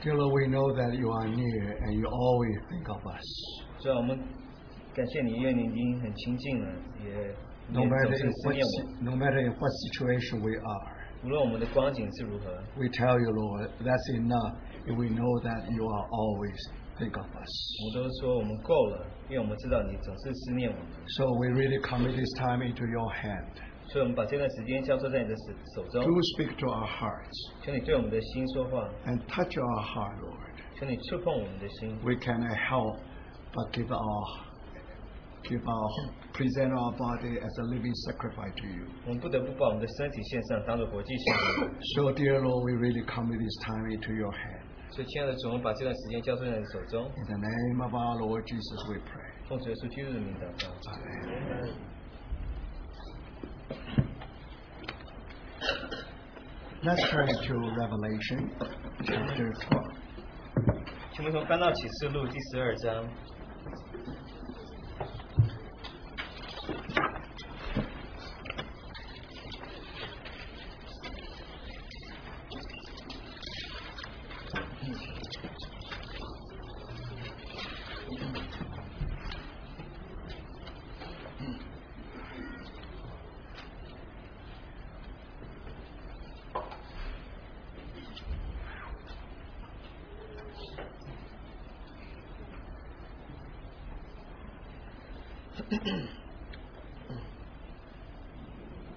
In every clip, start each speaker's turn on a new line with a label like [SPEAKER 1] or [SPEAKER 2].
[SPEAKER 1] Still, we know that you are near and you always think of us.
[SPEAKER 2] 主啊，我们感谢你，因为你已经很亲近了，也
[SPEAKER 1] No
[SPEAKER 2] 你
[SPEAKER 1] matter
[SPEAKER 2] 总是
[SPEAKER 1] in
[SPEAKER 2] 思
[SPEAKER 1] what,
[SPEAKER 2] 念
[SPEAKER 1] si-
[SPEAKER 2] 我。
[SPEAKER 1] no matter in what situation we are,
[SPEAKER 2] 无论我们的光景是如何，
[SPEAKER 1] we tell you, Lord, that's enough. And we know that you are always think of us.
[SPEAKER 2] 我们都说我们够了，因为我们知道你总是思念我们，
[SPEAKER 1] So we really commit this time into your hand.
[SPEAKER 2] 所以我们把这段时间交托在你的手手中。
[SPEAKER 1] Do speak to our hearts
[SPEAKER 2] 求你对我们的心说话，
[SPEAKER 1] and touch our heart, Lord.
[SPEAKER 2] 求你触碰我们的心。
[SPEAKER 1] We cannot help but give our, give our, present our body as a living sacrifice to you.
[SPEAKER 2] 我们不得不把我们的身体献上，当做国际献礼。
[SPEAKER 1] So, dear Lord, we really commit this time into your hand.
[SPEAKER 2] 所以，亲爱的主，我们把这段时间交托在你手中，
[SPEAKER 1] In the name of our Lord Jesus, we pray.
[SPEAKER 2] 奉主耶稣基督的名祷告。
[SPEAKER 1] Amen.
[SPEAKER 2] 那
[SPEAKER 1] Let's turn to Revelation chapter 12.
[SPEAKER 2] 请我们从翻到启示录第十二章，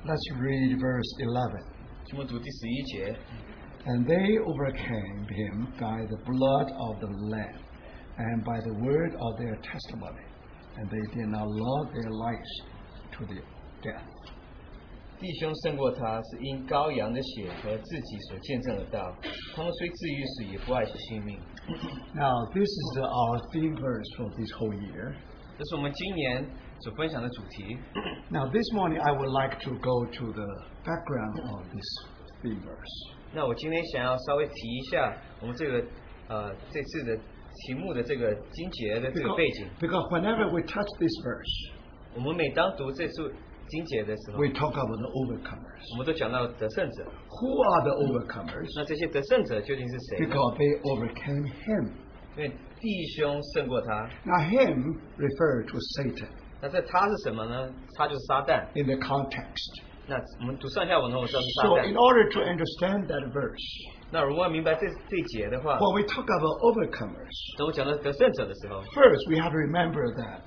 [SPEAKER 1] Let's read verse 11.
[SPEAKER 2] 请我们读第十一节。
[SPEAKER 1] And they overcame him by the blood of the Lamb and by the word of their testimony, and they did not love their lives to the death.
[SPEAKER 2] 弟兄胜过他，是因羔羊的血和自己所见证的道。他们虽至于死，也不爱惜性命。
[SPEAKER 1] Now, this is the, our theme verse for this whole year.
[SPEAKER 2] 这是我们今年所分享的主题。
[SPEAKER 1] Now, this morning I would like to go to the background of this theme verse.
[SPEAKER 2] 那我今天想要稍微提一下我们这个呃这次的题目的这个经节的这个
[SPEAKER 1] Because,
[SPEAKER 2] 背景。
[SPEAKER 1] because whenever we touch this verse,
[SPEAKER 2] 我们每当读这处经节的时候，
[SPEAKER 1] we talk about the overcomers.
[SPEAKER 2] 我们都讲到得胜者。
[SPEAKER 1] Who are the overcomers?
[SPEAKER 2] 那这些得胜者究竟是谁呢？
[SPEAKER 1] Because they overcame him.
[SPEAKER 2] 因为弟兄胜过他。
[SPEAKER 1] Now, him referred to Satan
[SPEAKER 2] 那这他是什么呢？他就是撒旦。
[SPEAKER 1] in the context.
[SPEAKER 2] 那我们读上下文的，我们知道是撒
[SPEAKER 1] So, in
[SPEAKER 2] 旦。
[SPEAKER 1] order to understand that verse,
[SPEAKER 2] 那如果要明白这这一节的话，
[SPEAKER 1] when we talk about overcomers,
[SPEAKER 2] 等我讲到得胜者的时候，
[SPEAKER 1] first we have to remember that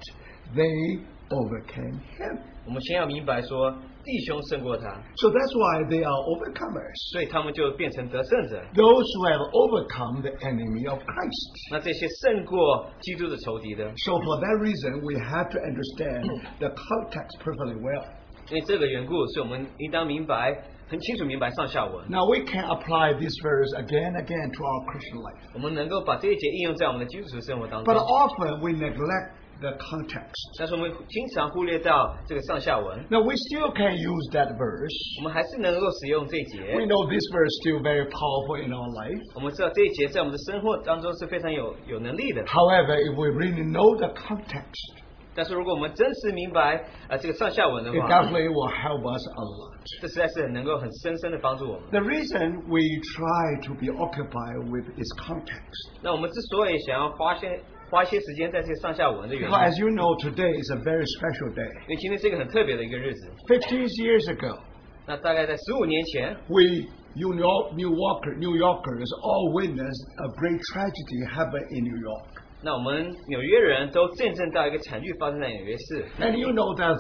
[SPEAKER 1] they overcame him.
[SPEAKER 2] 我们先要明白说弟兄胜过他，
[SPEAKER 1] So that's why they are overcomers.
[SPEAKER 2] 所以他们就变成得胜者。
[SPEAKER 1] Those who have overcome the enemy of Christ.
[SPEAKER 2] 那这些胜过基督的仇敌的，
[SPEAKER 1] So for that reason, we have to understand the context perfectly well.
[SPEAKER 2] 因为这个缘故，所以我们应当明白，很清楚明白上下文。
[SPEAKER 1] Now we can apply this verse again and again to our Christian life.
[SPEAKER 2] 我们能够把这一节应用在我们的基础生活当
[SPEAKER 1] But
[SPEAKER 2] 中，
[SPEAKER 1] often we neglect the context.
[SPEAKER 2] 但是我们经常忽略到这个上下文。
[SPEAKER 1] Now we still can use that verse.
[SPEAKER 2] 我们还是能够使用这一
[SPEAKER 1] We
[SPEAKER 2] 节。
[SPEAKER 1] know this verse is still very powerful in our life.
[SPEAKER 2] 我们知道这一节在我们的生活当中是非常有有能力的，
[SPEAKER 1] However, if we really know the context,
[SPEAKER 2] 但是如果我们真实明白啊、呃这个上下文的
[SPEAKER 1] it
[SPEAKER 2] 话，
[SPEAKER 1] definitely will help us a lot.
[SPEAKER 2] 这实在是很能够很深深的帮助我们。
[SPEAKER 1] The reason we try to be occupied with is context.
[SPEAKER 2] 那我们之所以想要花些花些时间在这个上下文的原
[SPEAKER 1] Because as，
[SPEAKER 2] 因
[SPEAKER 1] you know, today is a very special day.
[SPEAKER 2] 因为今天是一个很特别的一个日子。
[SPEAKER 1] 15 years ago,
[SPEAKER 2] 那大概在十五年前，
[SPEAKER 1] we New York, New Yorker, New Yorkers all witnessed a great tragedy happen in New York.
[SPEAKER 2] 那我们纽约人都见证到一个惨剧发生在纽约市。
[SPEAKER 1] And you know that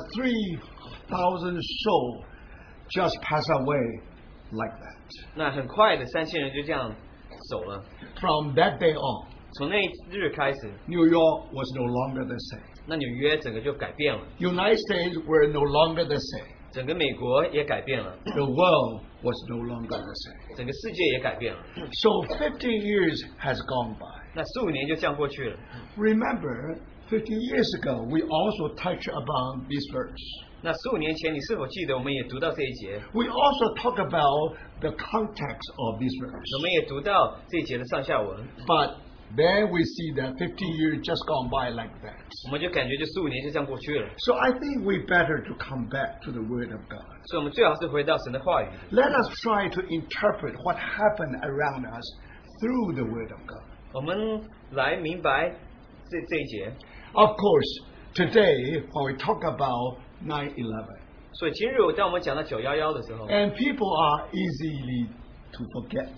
[SPEAKER 1] 3,000 souls just pass away like that.
[SPEAKER 2] 那很快的，三千人就这样走了。
[SPEAKER 1] From that day on,
[SPEAKER 2] 从那一日开始，
[SPEAKER 1] New York was no longer the same.
[SPEAKER 2] 那纽约整个就改变了，
[SPEAKER 1] United States were no longer the same.
[SPEAKER 2] 整个美国也改变了，
[SPEAKER 1] The world was no longer the same.
[SPEAKER 2] 整个世界也改变了。
[SPEAKER 1] So 50 years has gone by.
[SPEAKER 2] 那十五年就这样过去了。
[SPEAKER 1] Remember, 50 years ago, we also touched upon this verse.
[SPEAKER 2] 那十五年前，你是否记得我们也读到这一节？
[SPEAKER 1] We also talk about the context of this
[SPEAKER 2] 我
[SPEAKER 1] verse.
[SPEAKER 2] 们也读到这一节的上下文，
[SPEAKER 1] But there we see that 50 years just gone by like that.
[SPEAKER 2] 我们就感觉就十五年就这样过去了。
[SPEAKER 1] So I think we better to come back to the Word of God.
[SPEAKER 2] 所以，我们最好是回到神的话语，
[SPEAKER 1] Let us try to interpret what happened around us through the Word of God.
[SPEAKER 2] 我们来明白这这一节。
[SPEAKER 1] Of course, today when we talk about 9 11,
[SPEAKER 2] 所以今日我当我们讲到九幺幺的时候，
[SPEAKER 1] and people are easily to forget.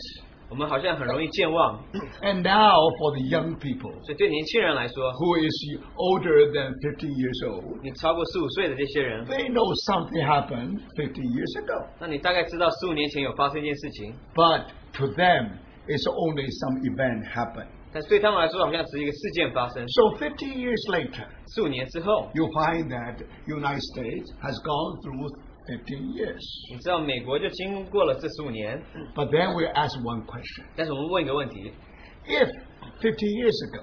[SPEAKER 2] 我们好像很容易健忘。
[SPEAKER 1] And now for the young people
[SPEAKER 2] 所以对年轻人来说，
[SPEAKER 1] who is older than 15 years old,
[SPEAKER 2] 你超过十五岁的这些人，
[SPEAKER 1] they know something happened 50 years ago,
[SPEAKER 2] 那你大概知道十五年前有发生一件事情，
[SPEAKER 1] but to them it's only some event happened.
[SPEAKER 2] 但是对他们来说好像只是一个事件发生。
[SPEAKER 1] So 50 years later,
[SPEAKER 2] 十五年之后，
[SPEAKER 1] you find that United States has gone through 50 years.
[SPEAKER 2] 你知道美国就经过了这十五年，
[SPEAKER 1] But then we ask one question.
[SPEAKER 2] 但是我们问一个问题：
[SPEAKER 1] If 50 years ago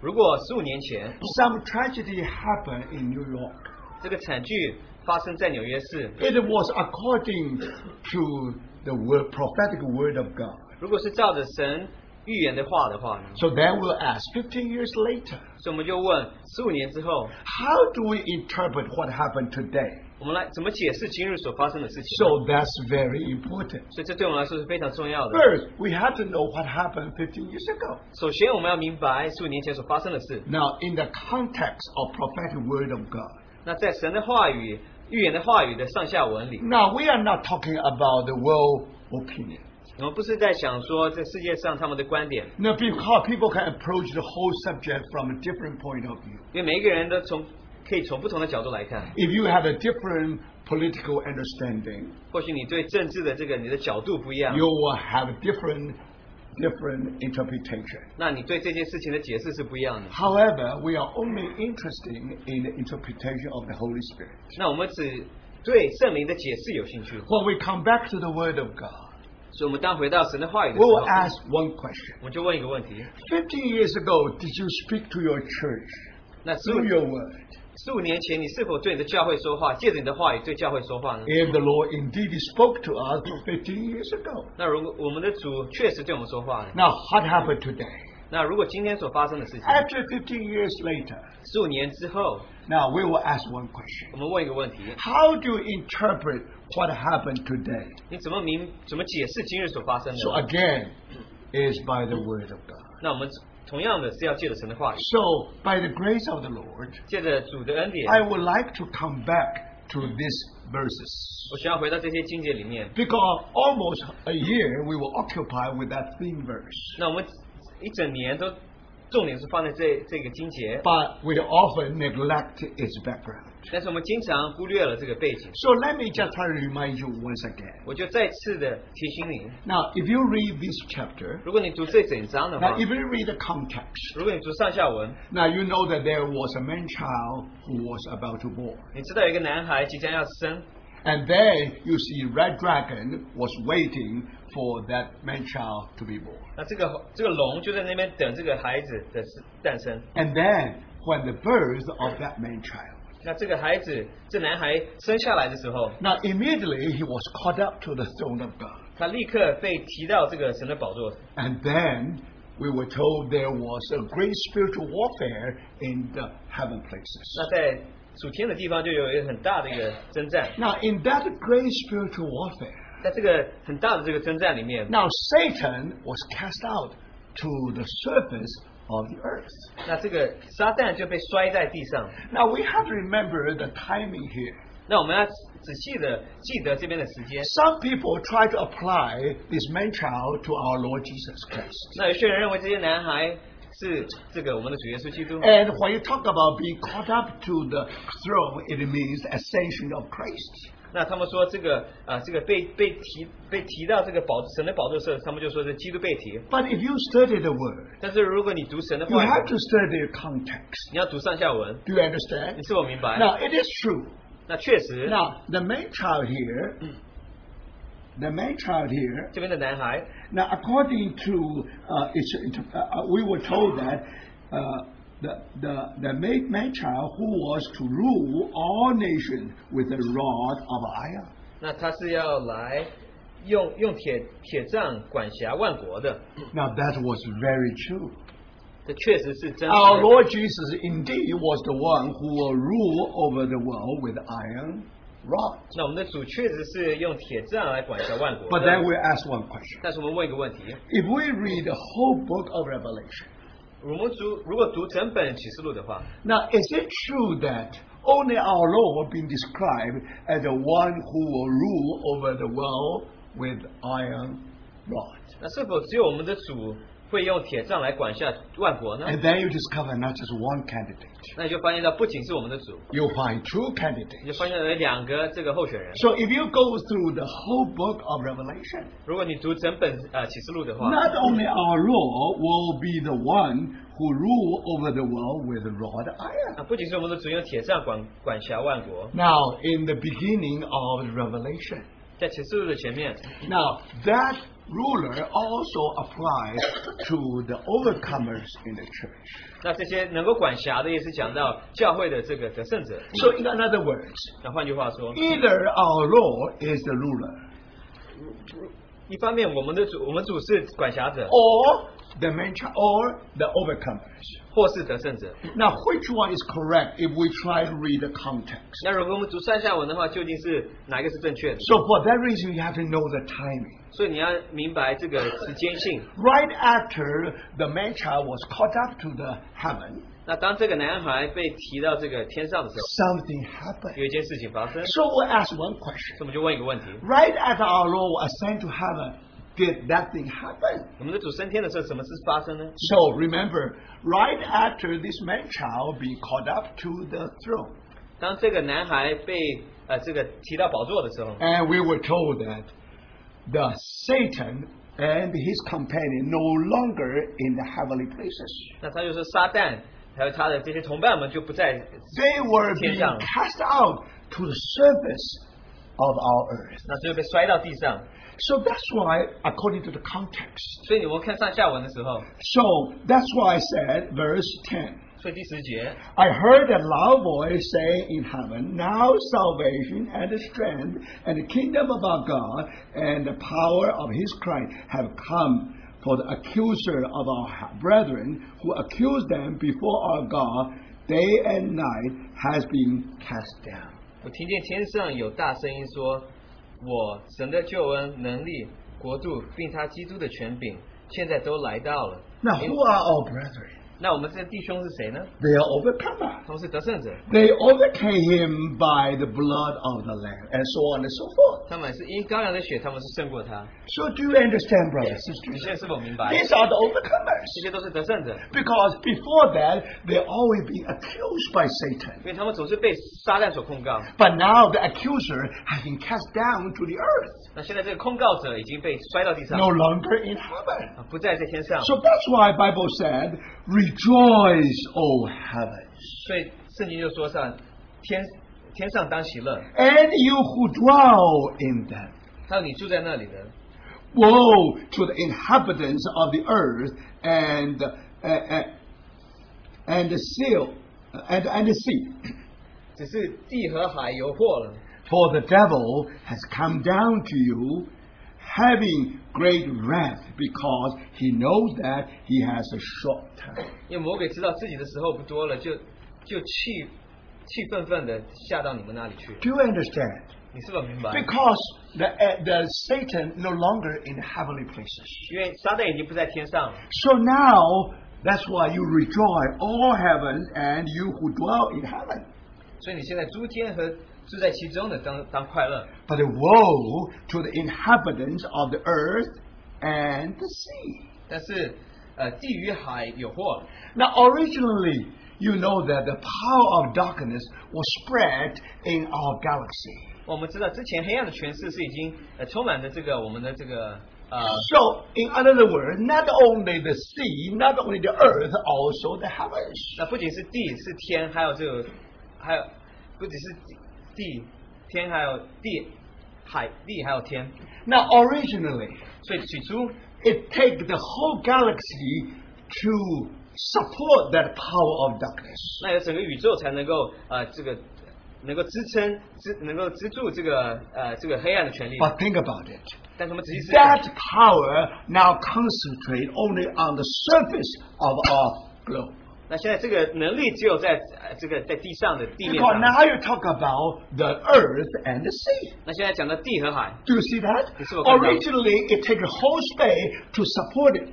[SPEAKER 2] 如果十五年前
[SPEAKER 1] some tragedy happened in New York,
[SPEAKER 2] 这个惨剧发生在纽约市，
[SPEAKER 1] it was according to the word, prophetic word of God.
[SPEAKER 2] 如果是照着神预言的话的话呢？
[SPEAKER 1] So then we'll ask 50 years later,
[SPEAKER 2] 所以我们就问：十五年之后，
[SPEAKER 1] how do we interpret what happened today?
[SPEAKER 2] 我们来怎么解释今日所发生的事情？
[SPEAKER 1] So that's very important.
[SPEAKER 2] 所以这对我们来说是非常重要的。
[SPEAKER 1] First, we have to know what happened 50 years ago.
[SPEAKER 2] 首先，我们要明白十五年前所发生的事。
[SPEAKER 1] Now, in the context of prophetic word of God.
[SPEAKER 2] 那在神的话语、预言的话语的上下文里，
[SPEAKER 1] Now, we are not talking about the world opinion.
[SPEAKER 2] 我们不是在想说这世界上他们的观点，
[SPEAKER 1] No, because people can approach the whole subject from a different point of view.
[SPEAKER 2] 因为每一个人都从可以从不同的角度来看。
[SPEAKER 1] If you have a different political understanding,
[SPEAKER 2] 或许你对政治的这个你的角度不一样
[SPEAKER 1] you，will have a different, different interpretation.
[SPEAKER 2] 那你对这件事情的解释是不一样的。
[SPEAKER 1] However, we are only interested in the interpretation of the Holy Spirit.
[SPEAKER 2] 那我们只对圣灵的解释有兴趣，
[SPEAKER 1] When we come back to the Word of God,
[SPEAKER 2] 所以我们当回到神的话语的时候
[SPEAKER 1] we'll，ask one question.
[SPEAKER 2] 我们就问一个问题：
[SPEAKER 1] 50 years ago, did you speak to your church
[SPEAKER 2] 那十五
[SPEAKER 1] through your Word?
[SPEAKER 2] 十五年前，你是否对你的教会说话，借着你的话语对教会说话呢？
[SPEAKER 1] If the Lord indeed spoke to us 50 years ago,
[SPEAKER 2] 那如果我们的主确实对我们说话呢，
[SPEAKER 1] now what happened today?
[SPEAKER 2] 那如果今天所发生的事情，
[SPEAKER 1] After 15 years later,
[SPEAKER 2] 十五年之后，
[SPEAKER 1] now we will ask one question.
[SPEAKER 2] 我们问一个问题：
[SPEAKER 1] How do you interpret what happened today?
[SPEAKER 2] 你怎么明怎么解释今日所发生
[SPEAKER 1] So
[SPEAKER 2] 的？
[SPEAKER 1] again, is by the word of God.
[SPEAKER 2] 那我们同样的是要借着神的话语，
[SPEAKER 1] So by the grace of the Lord,
[SPEAKER 2] 借着主的恩典，
[SPEAKER 1] I
[SPEAKER 2] 我
[SPEAKER 1] would like to come back to these verses.
[SPEAKER 2] 想要回到这些经节里面。
[SPEAKER 1] Because almost a year we were occupied with that theme verse.
[SPEAKER 2] 那我们一整年都重点是放在这这个经节，
[SPEAKER 1] But we often neglect its background.
[SPEAKER 2] 但是我们经常忽略了这个背景。
[SPEAKER 1] So let me just try to remind you once again.
[SPEAKER 2] 我就再次的提醒你，
[SPEAKER 1] Now, if you read this chapter,
[SPEAKER 2] 如果你读这整章的话
[SPEAKER 1] now，if you read the context,
[SPEAKER 2] 如果你读上下文，
[SPEAKER 1] Now you know that there was a man child who was about to born.
[SPEAKER 2] 你知道有一个男孩即将要生，
[SPEAKER 1] And there you see Red Dragon was waiting for that man child to be born.
[SPEAKER 2] 那这个这个龙就在那边等这个孩子的诞生。
[SPEAKER 1] And then when the birth of that man child.
[SPEAKER 2] 那这个孩子，这男孩生下来的时候，
[SPEAKER 1] Now immediately he was caught up to the throne of God.
[SPEAKER 2] 他立刻被提到这个神的宝座。
[SPEAKER 1] And then we were told there was a great spiritual warfare in the heaven places.
[SPEAKER 2] 那在属天的地方就有一个很大的一个征战。
[SPEAKER 1] Now in that great spiritual warfare,
[SPEAKER 2] 在这个很大的这个征战里面，
[SPEAKER 1] now Satan was cast out to the surface of the earth.
[SPEAKER 2] 那这个撒旦就被摔在地上。
[SPEAKER 1] Now we have to remember the timing here.
[SPEAKER 2] 那我们要仔细的记得这边的时间。
[SPEAKER 1] Some people try to apply this man child to our Lord Jesus Christ.
[SPEAKER 2] 那有些人认为这些男孩是这个我们的主耶稣基督。
[SPEAKER 1] And when you talk about being caught up to the throne, it means ascension of Christ.
[SPEAKER 2] 那他们说这个啊、这个被被提被提到这个宝神的宝座上，他们就说是基督被提。
[SPEAKER 1] But if you study the word,
[SPEAKER 2] 但是如果你读神的
[SPEAKER 1] you
[SPEAKER 2] 话，
[SPEAKER 1] have to study the context.
[SPEAKER 2] 你要读上下文，
[SPEAKER 1] Do you
[SPEAKER 2] 你
[SPEAKER 1] understand?
[SPEAKER 2] 是否明白？
[SPEAKER 1] Now it is true.
[SPEAKER 2] 那确实，
[SPEAKER 1] Now the man child here, the man child here.
[SPEAKER 2] 这边的男孩，
[SPEAKER 1] Now according to uh, its, inter- uh, uh, we were told that uh, the the the ma- man child who was to rule all nations with a rod of iron.
[SPEAKER 2] 那他是要来用用铁铁杖管辖万国的，
[SPEAKER 1] Now that was very true.
[SPEAKER 2] 这确实是真实
[SPEAKER 1] Our
[SPEAKER 2] 的。
[SPEAKER 1] Lord Jesus indeed was the one who will rule over the world with iron. rod.
[SPEAKER 2] 那我们的主确实是用铁杖来管辖万国
[SPEAKER 1] But
[SPEAKER 2] 的
[SPEAKER 1] then we ask one question.
[SPEAKER 2] 但是我们问一个问题：
[SPEAKER 1] If we read the whole book of Revelation,
[SPEAKER 2] 我们读如果读整本启示录的话，
[SPEAKER 1] now is it true that only our Lord being described as the one who will rule over the world with iron rod?
[SPEAKER 2] 那是否只有我们的主会用铁杖来管辖万国呢？
[SPEAKER 1] And then you discover not just one candidate.
[SPEAKER 2] 那你就发现到不仅是我们的主，
[SPEAKER 1] You'll find two
[SPEAKER 2] 你就
[SPEAKER 1] candidates.
[SPEAKER 2] 发现了有两个这个候选人。
[SPEAKER 1] So if you go through the whole book of Revelation,
[SPEAKER 2] 如果你读整本呃启示录的话，
[SPEAKER 1] not only our Lord will be the one who rule over the world with a rod of iron.
[SPEAKER 2] 啊，不仅是我们的主用铁杖管管辖万国，
[SPEAKER 1] Now, in the beginning of Revelation,
[SPEAKER 2] 在启示录的前面，
[SPEAKER 1] now that ruler also applies to the overcomers in the church.
[SPEAKER 2] 那这些能够管辖的也是讲到教会的这个得胜者。
[SPEAKER 1] So, in other words,
[SPEAKER 2] 那换句话说，
[SPEAKER 1] either our Lord is the ruler
[SPEAKER 2] 一方面我们的主我们主是管辖者，
[SPEAKER 1] or the man child or the overcomers.
[SPEAKER 2] 或是得胜者。
[SPEAKER 1] Now, which one is correct if we try to read the context?
[SPEAKER 2] 那如果我们读上下文的话，究竟是哪一个是正确的？
[SPEAKER 1] So, for that reason, you have to know the timing.
[SPEAKER 2] 所以你要明白这个时间性。
[SPEAKER 1] Right after the man child was caught up to the heaven,
[SPEAKER 2] 那当这个男孩被提到这个天上的时
[SPEAKER 1] something
[SPEAKER 2] 候，
[SPEAKER 1] happened.
[SPEAKER 2] 有一件事情发生，所
[SPEAKER 1] So, we ask one question.
[SPEAKER 2] 以我们就问一个问题：
[SPEAKER 1] Right after our Lord was sent to heaven, did that thing happen?
[SPEAKER 2] 我们的主升天的时候，什么事发生呢？
[SPEAKER 1] So remember, right after this man child being caught up to the throne,
[SPEAKER 2] 当这个男孩被呃这个提到宝座的时候，
[SPEAKER 1] and we were told that the Satan and his companion no longer in the heavenly places.
[SPEAKER 2] 那他就说撒旦还有他的这些同伴们就不在
[SPEAKER 1] They were being
[SPEAKER 2] 天上了。
[SPEAKER 1] cast out to the surface of our earth.
[SPEAKER 2] 那就被摔到地上。
[SPEAKER 1] So that's why, according to the context,
[SPEAKER 2] 所以我们看上下文的时候，
[SPEAKER 1] so that's why I said, verse 10.
[SPEAKER 2] 所以第十节，
[SPEAKER 1] I heard a loud voice saying in heaven, Now salvation and the strength and the kingdom of our God and the power of his Christ have come. For the accuser of our brethren who accused them before our God day and night has been cast down.
[SPEAKER 2] 我听见天上有大声音说：“我神的救恩、能力、国度，并他基督的权柄，现在都来到了。
[SPEAKER 1] Now, who are our brethren? ”
[SPEAKER 2] 那我们这弟兄是谁呢？
[SPEAKER 1] They are overcomers.
[SPEAKER 2] 他们是得胜者，
[SPEAKER 1] They overcame him by the blood of the Lamb, and so on and so forth.
[SPEAKER 2] 他们是因羔羊的血，他们是胜过他。
[SPEAKER 1] So, do you understand, brothers and sisters?
[SPEAKER 2] 你现哎在是否明白？
[SPEAKER 1] These are the overcomers.
[SPEAKER 2] 这些都是得胜者，
[SPEAKER 1] Because before that, they always being accused by Satan.
[SPEAKER 2] 因为他们总是被撒旦所控告。
[SPEAKER 1] But now the accuser has been cast down to the earth,
[SPEAKER 2] 那现在这个控告者已经被摔到地上
[SPEAKER 1] no，longer in heaven.
[SPEAKER 2] 啊不在这天上。
[SPEAKER 1] So that's why Bible said, "Rejoice, O heavens,
[SPEAKER 2] 所以圣经就说上天天上当喜乐，
[SPEAKER 1] and you who dwell in them."
[SPEAKER 2] 还有你住在那里的，
[SPEAKER 1] Woe to the inhabitants of the earth and uh, uh, and the seal and, and the sea,
[SPEAKER 2] 只是地和海有祸了。
[SPEAKER 1] for the devil has come down to you, having great wrath, because he knows that he has a short time.
[SPEAKER 2] 因为魔鬼知道自己的时候不多了，就就气气愤愤的下到你们那里去。
[SPEAKER 1] Do you understand?
[SPEAKER 2] 你是否明白？
[SPEAKER 1] Because the uh, the Satan no longer in heavenly places.
[SPEAKER 2] 因为撒旦已经不在天上了，
[SPEAKER 1] So now that's why you rejoice, all heavens, and you who dwell in heaven.
[SPEAKER 2] 所以你现在诸天和住在其中的当当快乐。
[SPEAKER 1] But woe to the inhabitants of the earth and the sea.
[SPEAKER 2] 但是呃，地与海有祸。
[SPEAKER 1] Now, originally, you know that the power of darkness was spread in our galaxy.
[SPEAKER 2] 我们知道之前黑暗的诠释是已经呃充满着这个我们的这个呃，
[SPEAKER 1] So, in other words, not only the sea, not only the earth, also the heavens.
[SPEAKER 2] 那不仅是地是天，还有这个还有不只是地地天，还有地海地还有天。
[SPEAKER 1] Now, originally,
[SPEAKER 2] 所以起初
[SPEAKER 1] it takes the whole galaxy to support that power of darkness.
[SPEAKER 2] 那有整个宇宙才能够呃这个能够支撑支能够资助这个呃这个黑暗的权利。
[SPEAKER 1] But think about it.
[SPEAKER 2] 但是我们仔细思想
[SPEAKER 1] That，power now concentrate only on the surface of our globe.
[SPEAKER 2] 那现在这个能力只有在呃这个在地上的地面
[SPEAKER 1] Because
[SPEAKER 2] 上。
[SPEAKER 1] now you talk about the earth and the sea.
[SPEAKER 2] 那现在讲到地和海，
[SPEAKER 1] Do you see that?
[SPEAKER 2] It's all covered up.
[SPEAKER 1] Originally, it takes a whole space to support it.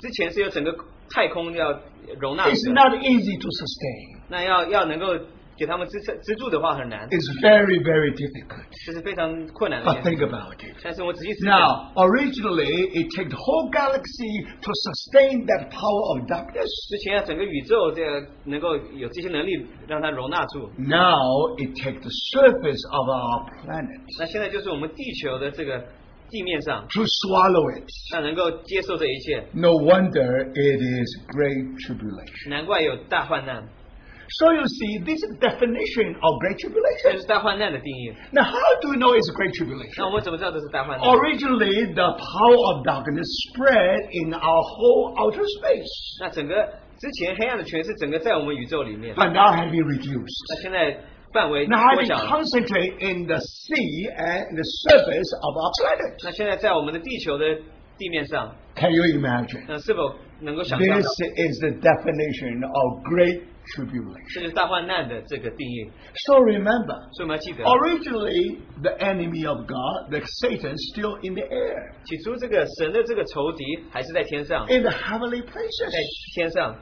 [SPEAKER 2] 之前是有整个太空要容纳的，
[SPEAKER 1] It's not easy to sustain.
[SPEAKER 2] 那要要能够给他们支撑支柱的话很难，
[SPEAKER 1] It's very, very difficult.
[SPEAKER 2] 这是非常困难的
[SPEAKER 1] But
[SPEAKER 2] 一件
[SPEAKER 1] think
[SPEAKER 2] 事。
[SPEAKER 1] about it.
[SPEAKER 2] 但是我仔细思想，
[SPEAKER 1] Now, originally, it took the whole galaxy to sustain that power of darkness.
[SPEAKER 2] 之前要整个宇宙这个能够有这些能力让它容纳住，
[SPEAKER 1] Now, it takes the surface of our planet
[SPEAKER 2] 那现在就是我们地球的这个地面上，
[SPEAKER 1] to swallow it.
[SPEAKER 2] 那能够接受这一切，
[SPEAKER 1] No wonder it is great tribulation.
[SPEAKER 2] 难怪有大患难。
[SPEAKER 1] So you see, this is definition of great
[SPEAKER 2] 这就
[SPEAKER 1] tribulation.
[SPEAKER 2] 是大患难的定义。
[SPEAKER 1] Now, how do we know it's great
[SPEAKER 2] 那
[SPEAKER 1] tribulation?
[SPEAKER 2] 我们怎么知道这是大患难？
[SPEAKER 1] Originally, the power of darkness spread in our whole outer space,
[SPEAKER 2] 那整个之前黑暗的权势整个在我们宇宙里面，
[SPEAKER 1] but now has been reduced.
[SPEAKER 2] 那现在范围
[SPEAKER 1] Now, has
[SPEAKER 2] 缩
[SPEAKER 1] been
[SPEAKER 2] 小了。
[SPEAKER 1] concentrated in the sea and the surface of our planet.
[SPEAKER 2] 那现在在我们的地球的地面上，
[SPEAKER 1] Can you imagine?
[SPEAKER 2] 呃那是否能够想象到
[SPEAKER 1] This is the definition of great tribulation.
[SPEAKER 2] 这就是大患难的这个定义？
[SPEAKER 1] So remember,
[SPEAKER 2] 所以我们要记
[SPEAKER 1] 哦
[SPEAKER 2] 得，
[SPEAKER 1] originally the enemy of God, the Satan, still in the air,
[SPEAKER 2] 起初这个神的这个仇敌还是在天上，在
[SPEAKER 1] in the heavenly places.
[SPEAKER 2] 天上。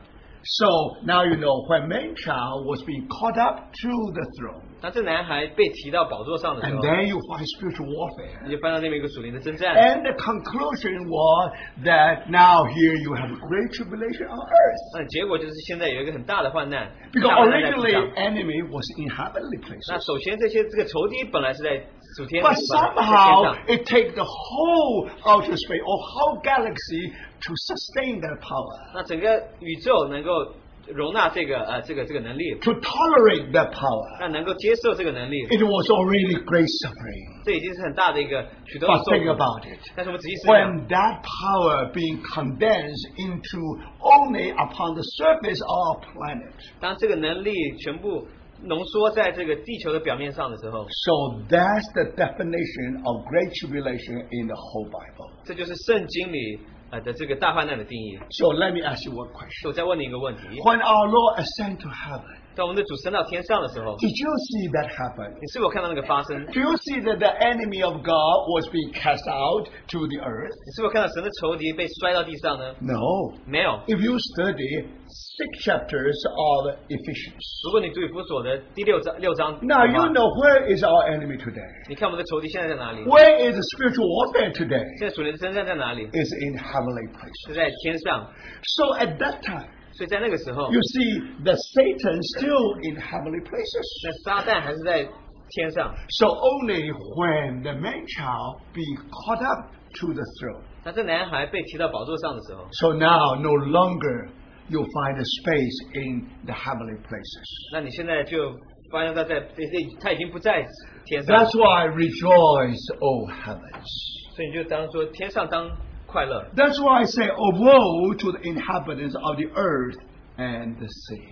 [SPEAKER 1] So now you know when man child was being caught up to the throne,
[SPEAKER 2] 当这男孩被提到宝座上的时
[SPEAKER 1] and
[SPEAKER 2] 候，
[SPEAKER 1] then you find spiritual warfare.
[SPEAKER 2] 你就翻到那边有一个属灵的征战。
[SPEAKER 1] And the conclusion was that now here you have great tribulation on earth.
[SPEAKER 2] 那结果就是现在有一个很大的患难，
[SPEAKER 1] Because
[SPEAKER 2] 大患难在地
[SPEAKER 1] originally
[SPEAKER 2] 上
[SPEAKER 1] enemy was in heavenly
[SPEAKER 2] 那
[SPEAKER 1] places.
[SPEAKER 2] 首先这些这个仇敌本来是在属天的
[SPEAKER 1] But
[SPEAKER 2] 地方，在天
[SPEAKER 1] somehow
[SPEAKER 2] 上。
[SPEAKER 1] it takes the whole outer space or whole galaxy to sustain that power,
[SPEAKER 2] 那整个宇宙能够容纳这个呃这个这个能力，
[SPEAKER 1] to tolerate that power.
[SPEAKER 2] 那能够接受这个能力，
[SPEAKER 1] It was already great suffering.
[SPEAKER 2] 这已经是很大的一个许多
[SPEAKER 1] But
[SPEAKER 2] 的受
[SPEAKER 1] think
[SPEAKER 2] 苦。
[SPEAKER 1] about it.
[SPEAKER 2] 但是我们仔细思想，
[SPEAKER 1] When that power being condensed into only upon the surface of our planet.
[SPEAKER 2] 当这个能力全部浓缩在这个地球的表面上的时候，
[SPEAKER 1] So that's the definition of great tribulation in the whole Bible.
[SPEAKER 2] 这就是圣经里呃的这个大患难的定义。
[SPEAKER 1] So let me ask you one question.
[SPEAKER 2] 所以我再问你一个问题：
[SPEAKER 1] When our Lord ascended to heaven,
[SPEAKER 2] 当我们的主升到天上的时候，
[SPEAKER 1] Did you see that happen?
[SPEAKER 2] 你是否看到那个发生？你
[SPEAKER 1] Do you see that the enemy of God was being cast out to the earth?
[SPEAKER 2] 是否看到神的仇敌被摔到地上呢？
[SPEAKER 1] No.
[SPEAKER 2] 没有。
[SPEAKER 1] If you study six chapters of Ephesians,
[SPEAKER 2] 如果你读以弗所的第六章六章的
[SPEAKER 1] now
[SPEAKER 2] 话，
[SPEAKER 1] you know where is our enemy today.
[SPEAKER 2] 你看我们的仇敌现在在哪里？
[SPEAKER 1] Where is the spiritual warfare today?
[SPEAKER 2] 现在属灵的征战在哪里？
[SPEAKER 1] Is in heavenly places.
[SPEAKER 2] 是在天上。
[SPEAKER 1] So at that time,
[SPEAKER 2] 所以在那个时候，
[SPEAKER 1] you see the Satan still in heavenly places.
[SPEAKER 2] 那撒旦还是在天上。
[SPEAKER 1] So only when the man child be caught up to the throne.
[SPEAKER 2] 那这男孩被提到宝座上的时候，
[SPEAKER 1] So now, no longer you'll find a space in the heavenly places.
[SPEAKER 2] 那你现在就发现他在这这他已经不啊在天上，
[SPEAKER 1] That's why rejoice, O heavens.
[SPEAKER 2] 所以你就当说天上当快乐。
[SPEAKER 1] That's why I say, O woe to the inhabitants of the earth and the sea.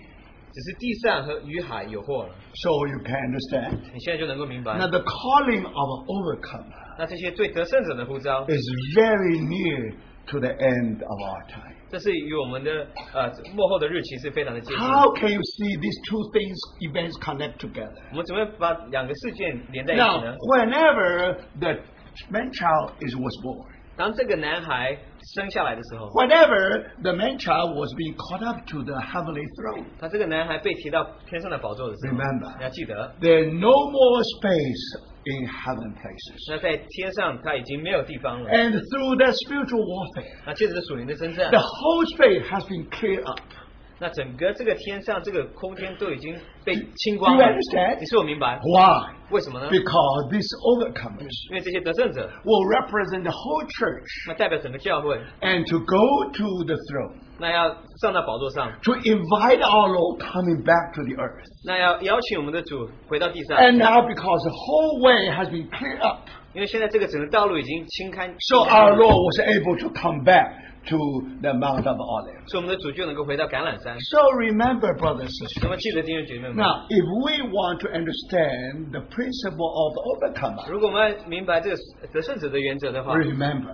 [SPEAKER 2] 只是地上和与海有祸了，
[SPEAKER 1] So you can understand.
[SPEAKER 2] 你现在就能够明白
[SPEAKER 1] Now,。the calling of an overcomer
[SPEAKER 2] 那这些对得胜者的呼召，
[SPEAKER 1] is very near to the end of our time.
[SPEAKER 2] 这是与我们的呃幕后的日期是非常的接近。
[SPEAKER 1] How can you see these two things, events connect together?
[SPEAKER 2] 我们怎么样把两个事件连在一起
[SPEAKER 1] Now,
[SPEAKER 2] 呢？
[SPEAKER 1] whenever the man child is, was born,
[SPEAKER 2] 当这个男孩生下来的时候，
[SPEAKER 1] Whenever the man child was being caught up to the heavenly throne,
[SPEAKER 2] 他这个男孩被提到天上的宝座的时候
[SPEAKER 1] Remember
[SPEAKER 2] 你要记得，
[SPEAKER 1] there's no more space in heaven places.
[SPEAKER 2] 那在天上他已经没有地方了。
[SPEAKER 1] And through that spiritual warfare,
[SPEAKER 2] 那借着属灵的征战
[SPEAKER 1] the，whole space has been cleared up.
[SPEAKER 2] 那整个这个天上这个空间都已经被清
[SPEAKER 1] Do
[SPEAKER 2] 光
[SPEAKER 1] you
[SPEAKER 2] 了。
[SPEAKER 1] understand?
[SPEAKER 2] 你是否明白？
[SPEAKER 1] Why?
[SPEAKER 2] 为什么呢？
[SPEAKER 1] Because these overcomers
[SPEAKER 2] 因为这些得胜者，
[SPEAKER 1] will represent the whole church
[SPEAKER 2] 那代表整个教会，
[SPEAKER 1] and to go to the throne,
[SPEAKER 2] 那要上到宝座上，
[SPEAKER 1] to invite our Lord coming back to the earth.
[SPEAKER 2] 那要邀请我们的主回到地上。
[SPEAKER 1] And now, because the whole way has been cleared up,
[SPEAKER 2] 因为现在这个整个道路已经清开，
[SPEAKER 1] so our Lord was able to come back to the Mount of Olives.
[SPEAKER 2] 所以我们的主就能够回到橄榄山。
[SPEAKER 1] So remember, brothers and
[SPEAKER 2] 那么
[SPEAKER 1] sisters.
[SPEAKER 2] 记得弟兄姐妹们，
[SPEAKER 1] Now, if we want to understand the principle of the overcomer,
[SPEAKER 2] 如果我们要明白这个得胜者的原则的话，
[SPEAKER 1] remember,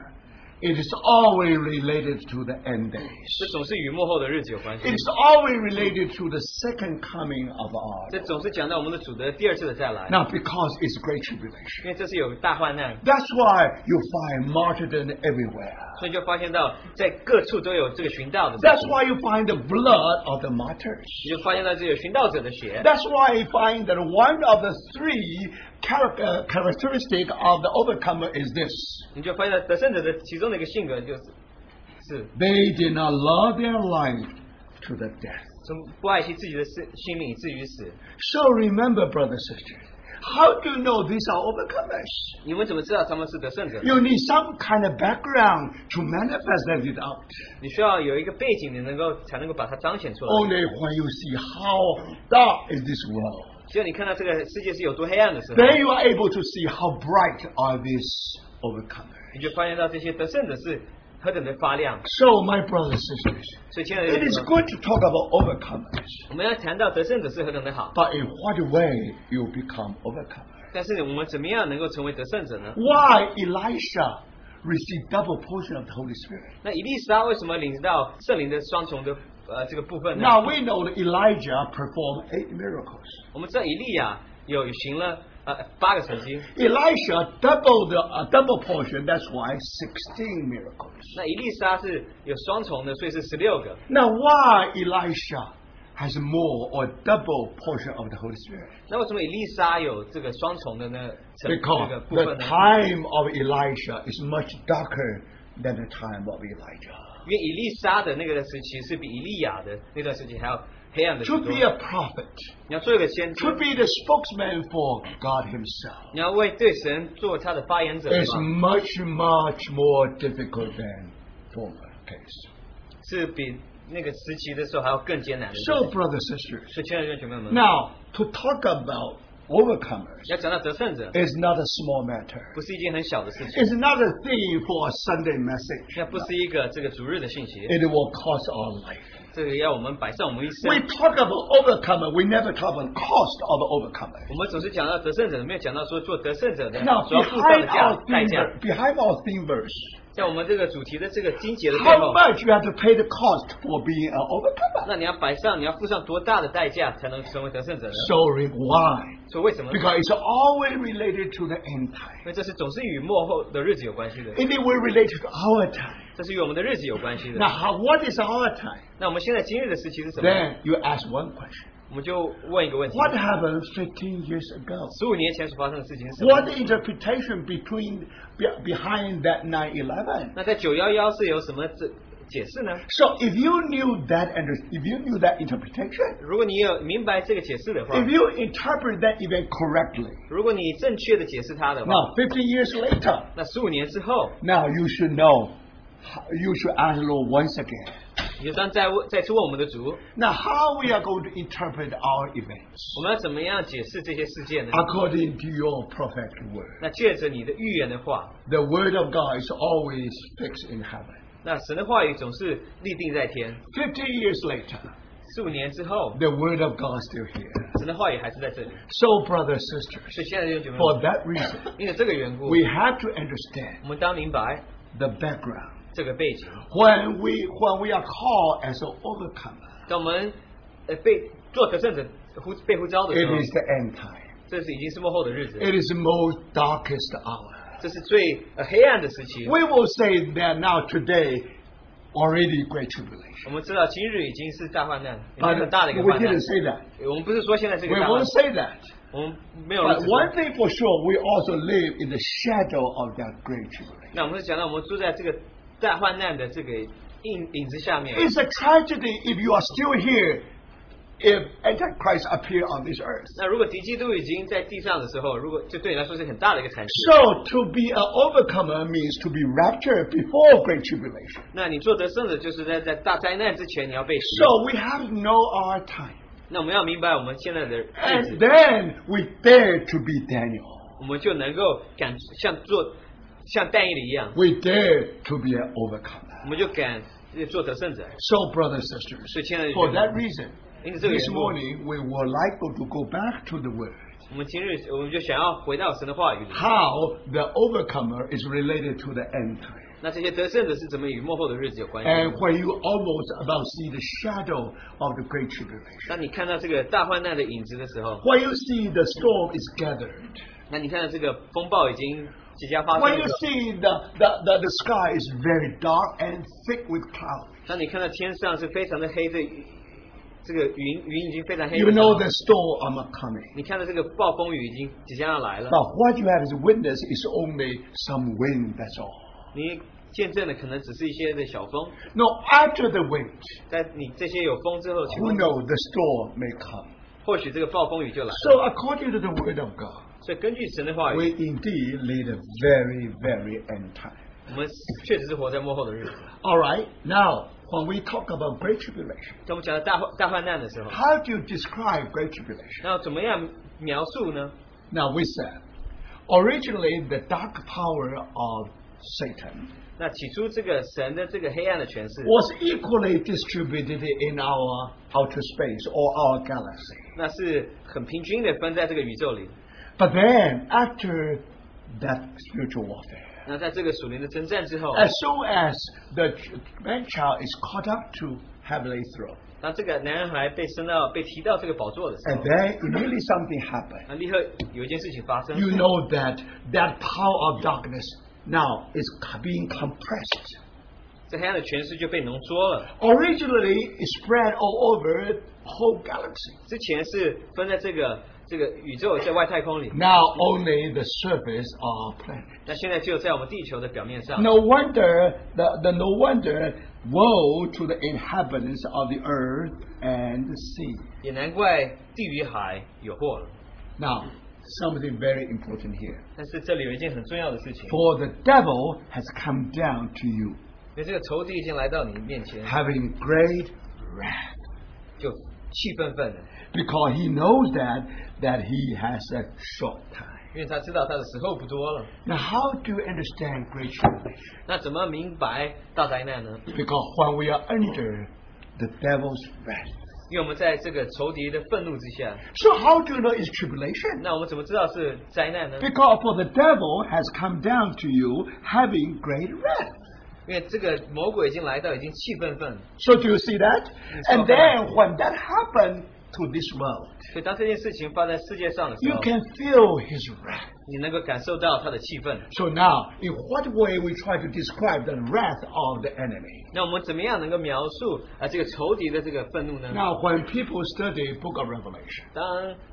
[SPEAKER 1] It is always related to the end days.
[SPEAKER 2] 这总是与幕后的日子有关系
[SPEAKER 1] It，is always related to the second coming of our
[SPEAKER 2] 这
[SPEAKER 1] Lord.
[SPEAKER 2] 总是讲到我们的主的第二次的再来，
[SPEAKER 1] Now, because it's great tribulation.
[SPEAKER 2] 因为这是有大患难，
[SPEAKER 1] That's why you find martyrdom everywhere.
[SPEAKER 2] 所以就发现到在各处都有这个寻道的，
[SPEAKER 1] That's why you find the blood of the martyrs.
[SPEAKER 2] 你就发现到这有寻道者的血，
[SPEAKER 1] That's why you find that one of the three char- uh, characteristic of the overcomer is this.
[SPEAKER 2] 你就发现到得胜者的其中的一个性格就是是
[SPEAKER 1] They did not love their life to the death.
[SPEAKER 2] 从不爱惜自己的生性命以至于死。
[SPEAKER 1] So remember, brothers and sisters, how do you know these are overcomers?
[SPEAKER 2] 你们怎么知道他们是得胜者？
[SPEAKER 1] You need some kind of background to manifest that it out.
[SPEAKER 2] 你需要有一个背景，你能够才能够把它彰显出来。
[SPEAKER 1] Only when you see how dark is this world,
[SPEAKER 2] 只有你看到这个世界是有多黑暗的时候，
[SPEAKER 1] then you are able to see how bright are these overcomers.
[SPEAKER 2] 你就发现到这些得胜者是何等的发亮。
[SPEAKER 1] So, my brothers and sisters,
[SPEAKER 2] 所以，亲爱的
[SPEAKER 1] it
[SPEAKER 2] 弟
[SPEAKER 1] is
[SPEAKER 2] 兄们，
[SPEAKER 1] good to talk about overcomers,
[SPEAKER 2] 我们要谈到得胜者是何等的好，
[SPEAKER 1] but in what way you become overcomer?
[SPEAKER 2] 但是我们怎么样能够成为得胜者呢？
[SPEAKER 1] Why Elisha received double portion of the Holy Spirit?
[SPEAKER 2] 那以利沙为什么领到圣灵的双重的呃这个部分呢？
[SPEAKER 1] Now we know that Elijah performed eight miracles.
[SPEAKER 2] 我们知道以利亚有行了呃八个神迹，
[SPEAKER 1] Elisha doubled the uh, double portion. That's why sixteen miracles.
[SPEAKER 2] 那以利沙是有双重的，所以是十六个。
[SPEAKER 1] Now why Elisha has more or double portion of the Holy Spirit?
[SPEAKER 2] 那为什么以利沙有这个双重的呢？成这
[SPEAKER 1] Because
[SPEAKER 2] 个部
[SPEAKER 1] the
[SPEAKER 2] 分呢？
[SPEAKER 1] time of Elisha is much darker than the time of Elijah.
[SPEAKER 2] 因为以利沙的那个时期是比以利亚的那段时期还要黑暗的许
[SPEAKER 1] To
[SPEAKER 2] 多。
[SPEAKER 1] be a prophet,
[SPEAKER 2] 你要做一个先知
[SPEAKER 1] to，be the spokesman for God Himself
[SPEAKER 2] 你要为对神做他的发言者
[SPEAKER 1] is
[SPEAKER 2] 是吧
[SPEAKER 1] much, much more difficult than former case.
[SPEAKER 2] 是比那个时期的时候还要更艰难的。
[SPEAKER 1] So, brothers and sisters,
[SPEAKER 2] 所以，亲爱的弟兄姐妹们，
[SPEAKER 1] now to talk about overcomers
[SPEAKER 2] 要讲到得胜者，
[SPEAKER 1] is not a small matter.
[SPEAKER 2] 不是一件很小的事情，
[SPEAKER 1] It's not a thing for a Sunday message.
[SPEAKER 2] 那不是一个这个逐日的信息，
[SPEAKER 1] It will cost our life.
[SPEAKER 2] 这个要我们摆上我们一
[SPEAKER 1] We
[SPEAKER 2] 生。
[SPEAKER 1] talk about overcomer. We never talk about cost of overcomer.
[SPEAKER 2] 我们总是讲到得胜者，没有讲到说做得胜者的
[SPEAKER 1] Now,
[SPEAKER 2] 主要付上
[SPEAKER 1] behind
[SPEAKER 2] 的价
[SPEAKER 1] our
[SPEAKER 2] 代
[SPEAKER 1] theme,
[SPEAKER 2] 价。
[SPEAKER 1] behind our theme verse,
[SPEAKER 2] 在我们这个主题的这个精节的背
[SPEAKER 1] how
[SPEAKER 2] 后，
[SPEAKER 1] much you have to pay the cost for being an overcomer?
[SPEAKER 2] 那你要摆上，你要付上多大的代价才能成为得胜者呢？
[SPEAKER 1] So re- why?
[SPEAKER 2] 所以为什么呢？
[SPEAKER 1] Because it's always related to the end time.
[SPEAKER 2] 因为这是总是与幕后的日子有关系的，
[SPEAKER 1] And it will relate to our time.
[SPEAKER 2] 这是与我们的日子有关系
[SPEAKER 1] Now,
[SPEAKER 2] 的。
[SPEAKER 1] how, what is our time?
[SPEAKER 2] 那我们现在经历的事情是什么？
[SPEAKER 1] Then you ask one question.
[SPEAKER 2] 我们就问一个问题：
[SPEAKER 1] What happened 15 years ago?
[SPEAKER 2] 十五年前所发生的事情是什么
[SPEAKER 1] What interpretation between be, behind that 9/11?
[SPEAKER 2] 那在九幺幺是有什么这解释呢？
[SPEAKER 1] So if you knew that and if you knew that interpretation,
[SPEAKER 2] 如果你有明白这个解释的话，
[SPEAKER 1] if you interpret that event correctly,
[SPEAKER 2] 如果你正确的解释它的话，
[SPEAKER 1] now 15 years later,
[SPEAKER 2] 那十五年之后，
[SPEAKER 1] now you should know. You should ask the Lord once again.
[SPEAKER 2] 你就当再问再去问我们的主，
[SPEAKER 1] Now, how we are going to interpret our events
[SPEAKER 2] 我们要怎么样解释这些事件呢？
[SPEAKER 1] according to your prophetic word?
[SPEAKER 2] 那借着你的预言的话，
[SPEAKER 1] The word of God is always fixed in heaven.
[SPEAKER 2] 那神的话语总是立定在天。
[SPEAKER 1] Fifty years later,
[SPEAKER 2] 十五年之后，
[SPEAKER 1] the word of God is still here.
[SPEAKER 2] 神的话语还是在这里。
[SPEAKER 1] So, brothers sisters,
[SPEAKER 2] 所以现在就觉得，
[SPEAKER 1] for that reason,
[SPEAKER 2] 因为这个缘故，
[SPEAKER 1] we have to understand
[SPEAKER 2] 我们当明白
[SPEAKER 1] the background.
[SPEAKER 2] 这个背景。
[SPEAKER 1] When we when we are called as an overcomer,
[SPEAKER 2] 当我们呃被做得胜者呼被呼召的时候
[SPEAKER 1] it，is the end time.
[SPEAKER 2] 这是已经是幕后的日子，
[SPEAKER 1] It is the most darkest hour.
[SPEAKER 2] 这是最呃黑暗的时期。
[SPEAKER 1] We will say that now today already great tribulation.
[SPEAKER 2] 我们知道今日已经是大患难，已
[SPEAKER 1] But
[SPEAKER 2] 经很大的一个
[SPEAKER 1] we
[SPEAKER 2] 患难
[SPEAKER 1] didn't。say that.
[SPEAKER 2] 我们不是说现在是
[SPEAKER 1] We
[SPEAKER 2] 个大患
[SPEAKER 1] won't
[SPEAKER 2] 难，
[SPEAKER 1] say that.
[SPEAKER 2] 我们没有
[SPEAKER 1] But
[SPEAKER 2] 人知道
[SPEAKER 1] one thing for sure, we also live in the shadow of that great tribulation.
[SPEAKER 2] 那我们是讲到我们住在这个大患难的这个影影子下面。
[SPEAKER 1] It's a tragedy if you are still here, if Antichrist appear on this earth.
[SPEAKER 2] 那如果敌基督已经在地上的时候，如果就对你来说是很大的一个残缺。
[SPEAKER 1] So to be an overcomer means to be raptured before great tribulation.
[SPEAKER 2] 那你做得胜的，就是在在大灾难之前你要被洗。
[SPEAKER 1] So we have to know our time.
[SPEAKER 2] 那我们要明白我们现在的日
[SPEAKER 1] And
[SPEAKER 2] 子，
[SPEAKER 1] then we dare to be Daniel.
[SPEAKER 2] 我们就能够敢像做像但以理一样，
[SPEAKER 1] We dare to be an overcomer.
[SPEAKER 2] 我们就敢做得胜者。
[SPEAKER 1] So, brothers and sisters,
[SPEAKER 2] 所以，亲爱的弟
[SPEAKER 1] for
[SPEAKER 2] 兄
[SPEAKER 1] that
[SPEAKER 2] 们，
[SPEAKER 1] reason,
[SPEAKER 2] 因此这个
[SPEAKER 1] this
[SPEAKER 2] 缘故，
[SPEAKER 1] morning we would like to go back to the word.
[SPEAKER 2] 我们今日我们就想要回到神的话语里，
[SPEAKER 1] how the overcomer is related to the end time.
[SPEAKER 2] 那这些得胜者是怎么与幕后的日子有关系？
[SPEAKER 1] And when you almost about see the shadow of the great tribulation,
[SPEAKER 2] 当你看到这个大患难的影子的时候，
[SPEAKER 1] when you see the storm is gathered,
[SPEAKER 2] 那你看到这个风暴已经即将发生
[SPEAKER 1] when
[SPEAKER 2] 的
[SPEAKER 1] you
[SPEAKER 2] 时候
[SPEAKER 1] see the, the, the, the sky is very dark and thick with clouds,
[SPEAKER 2] 当你看到天上是非常的黑的，这个云云已经非常黑
[SPEAKER 1] you
[SPEAKER 2] 的时
[SPEAKER 1] know
[SPEAKER 2] 候，
[SPEAKER 1] the storm are coming.
[SPEAKER 2] 你看到这个暴风雨已经即将要来了，
[SPEAKER 1] But what you have as a witness is only some wind, that's all.
[SPEAKER 2] 你见证的可能只是一些的小风，
[SPEAKER 1] No, after the wind,
[SPEAKER 2] 在你这些有风之后，
[SPEAKER 1] who knows, the storm may come.
[SPEAKER 2] 或许这个暴风雨就来了。
[SPEAKER 1] So according to the word of God,
[SPEAKER 2] 所以根据神的话语，
[SPEAKER 1] we indeed lead a very, very end time.
[SPEAKER 2] 我们确实是活在幕后的日子。
[SPEAKER 1] All right, now when we talk about great tribulation,
[SPEAKER 2] 当我们讲到大患大患难的时候，
[SPEAKER 1] how do you describe great tribulation?
[SPEAKER 2] 那怎么样描述呢？
[SPEAKER 1] Now we said, originally the dark power of Satan
[SPEAKER 2] 那起初这个神的这个黑暗的权势，
[SPEAKER 1] was equally distributed in our outer space or our galaxy.
[SPEAKER 2] 那是很平均的分在这个宇宙里。
[SPEAKER 1] But then after that spiritual warfare,
[SPEAKER 2] 那在这个属灵的征战之后，
[SPEAKER 1] As soon as the ch- man child is caught up to heavenly throne,
[SPEAKER 2] 当这个男孩被升到被提到这个宝座的时
[SPEAKER 1] and
[SPEAKER 2] 候，
[SPEAKER 1] then immediately something happened,
[SPEAKER 2] 那立刻有一件事情发生，
[SPEAKER 1] you know that that power of darkness now is c- being compressed.
[SPEAKER 2] 这黑暗的权势就被浓缩了。
[SPEAKER 1] Originally, it spread all over the whole galaxy.
[SPEAKER 2] 之前是分在这个这个宇宙在外太空里，
[SPEAKER 1] Now only the surface of our planet.
[SPEAKER 2] 那现在就在我们地球的表面上。
[SPEAKER 1] No wonder the, the no wonder woe to the inhabitants of the earth and the sea.
[SPEAKER 2] 也难怪地与海有祸了。
[SPEAKER 1] Now, something very important here.
[SPEAKER 2] 但是这里有一件很重要的事情，
[SPEAKER 1] For the devil has come down to you,
[SPEAKER 2] 因为这个仇敌已经来到你面前，
[SPEAKER 1] having great wrath,
[SPEAKER 2] 就气愤愤的，
[SPEAKER 1] because he knows that that he has a short time.
[SPEAKER 2] 因为他知道他的时候不多了。
[SPEAKER 1] Now, how do you understand great tribulation?
[SPEAKER 2] 那怎么明白大灾难呢？
[SPEAKER 1] Because when we are under the devil's wrath,
[SPEAKER 2] 因为我们在这个仇敌的愤怒之下，
[SPEAKER 1] so how do you know it's tribulation?
[SPEAKER 2] 那我们怎么知道是灾难呢？
[SPEAKER 1] Because for the devil has come down to you, having great wrath.
[SPEAKER 2] 因为这个魔鬼已经来到，已经气愤愤了。
[SPEAKER 1] So do you see that? And then when that happened to this world,
[SPEAKER 2] 所以当这件事情发在世界上的时
[SPEAKER 1] you
[SPEAKER 2] 候，
[SPEAKER 1] can feel his wrath.
[SPEAKER 2] 你能够感受到他的气愤。
[SPEAKER 1] So now, in what way we try to describe the wrath of the enemy?
[SPEAKER 2] 那我们怎么样能够描述啊、呃这个仇敌的这个愤怒呢？
[SPEAKER 1] Now, when people study Book of Revelation,
[SPEAKER 2] 当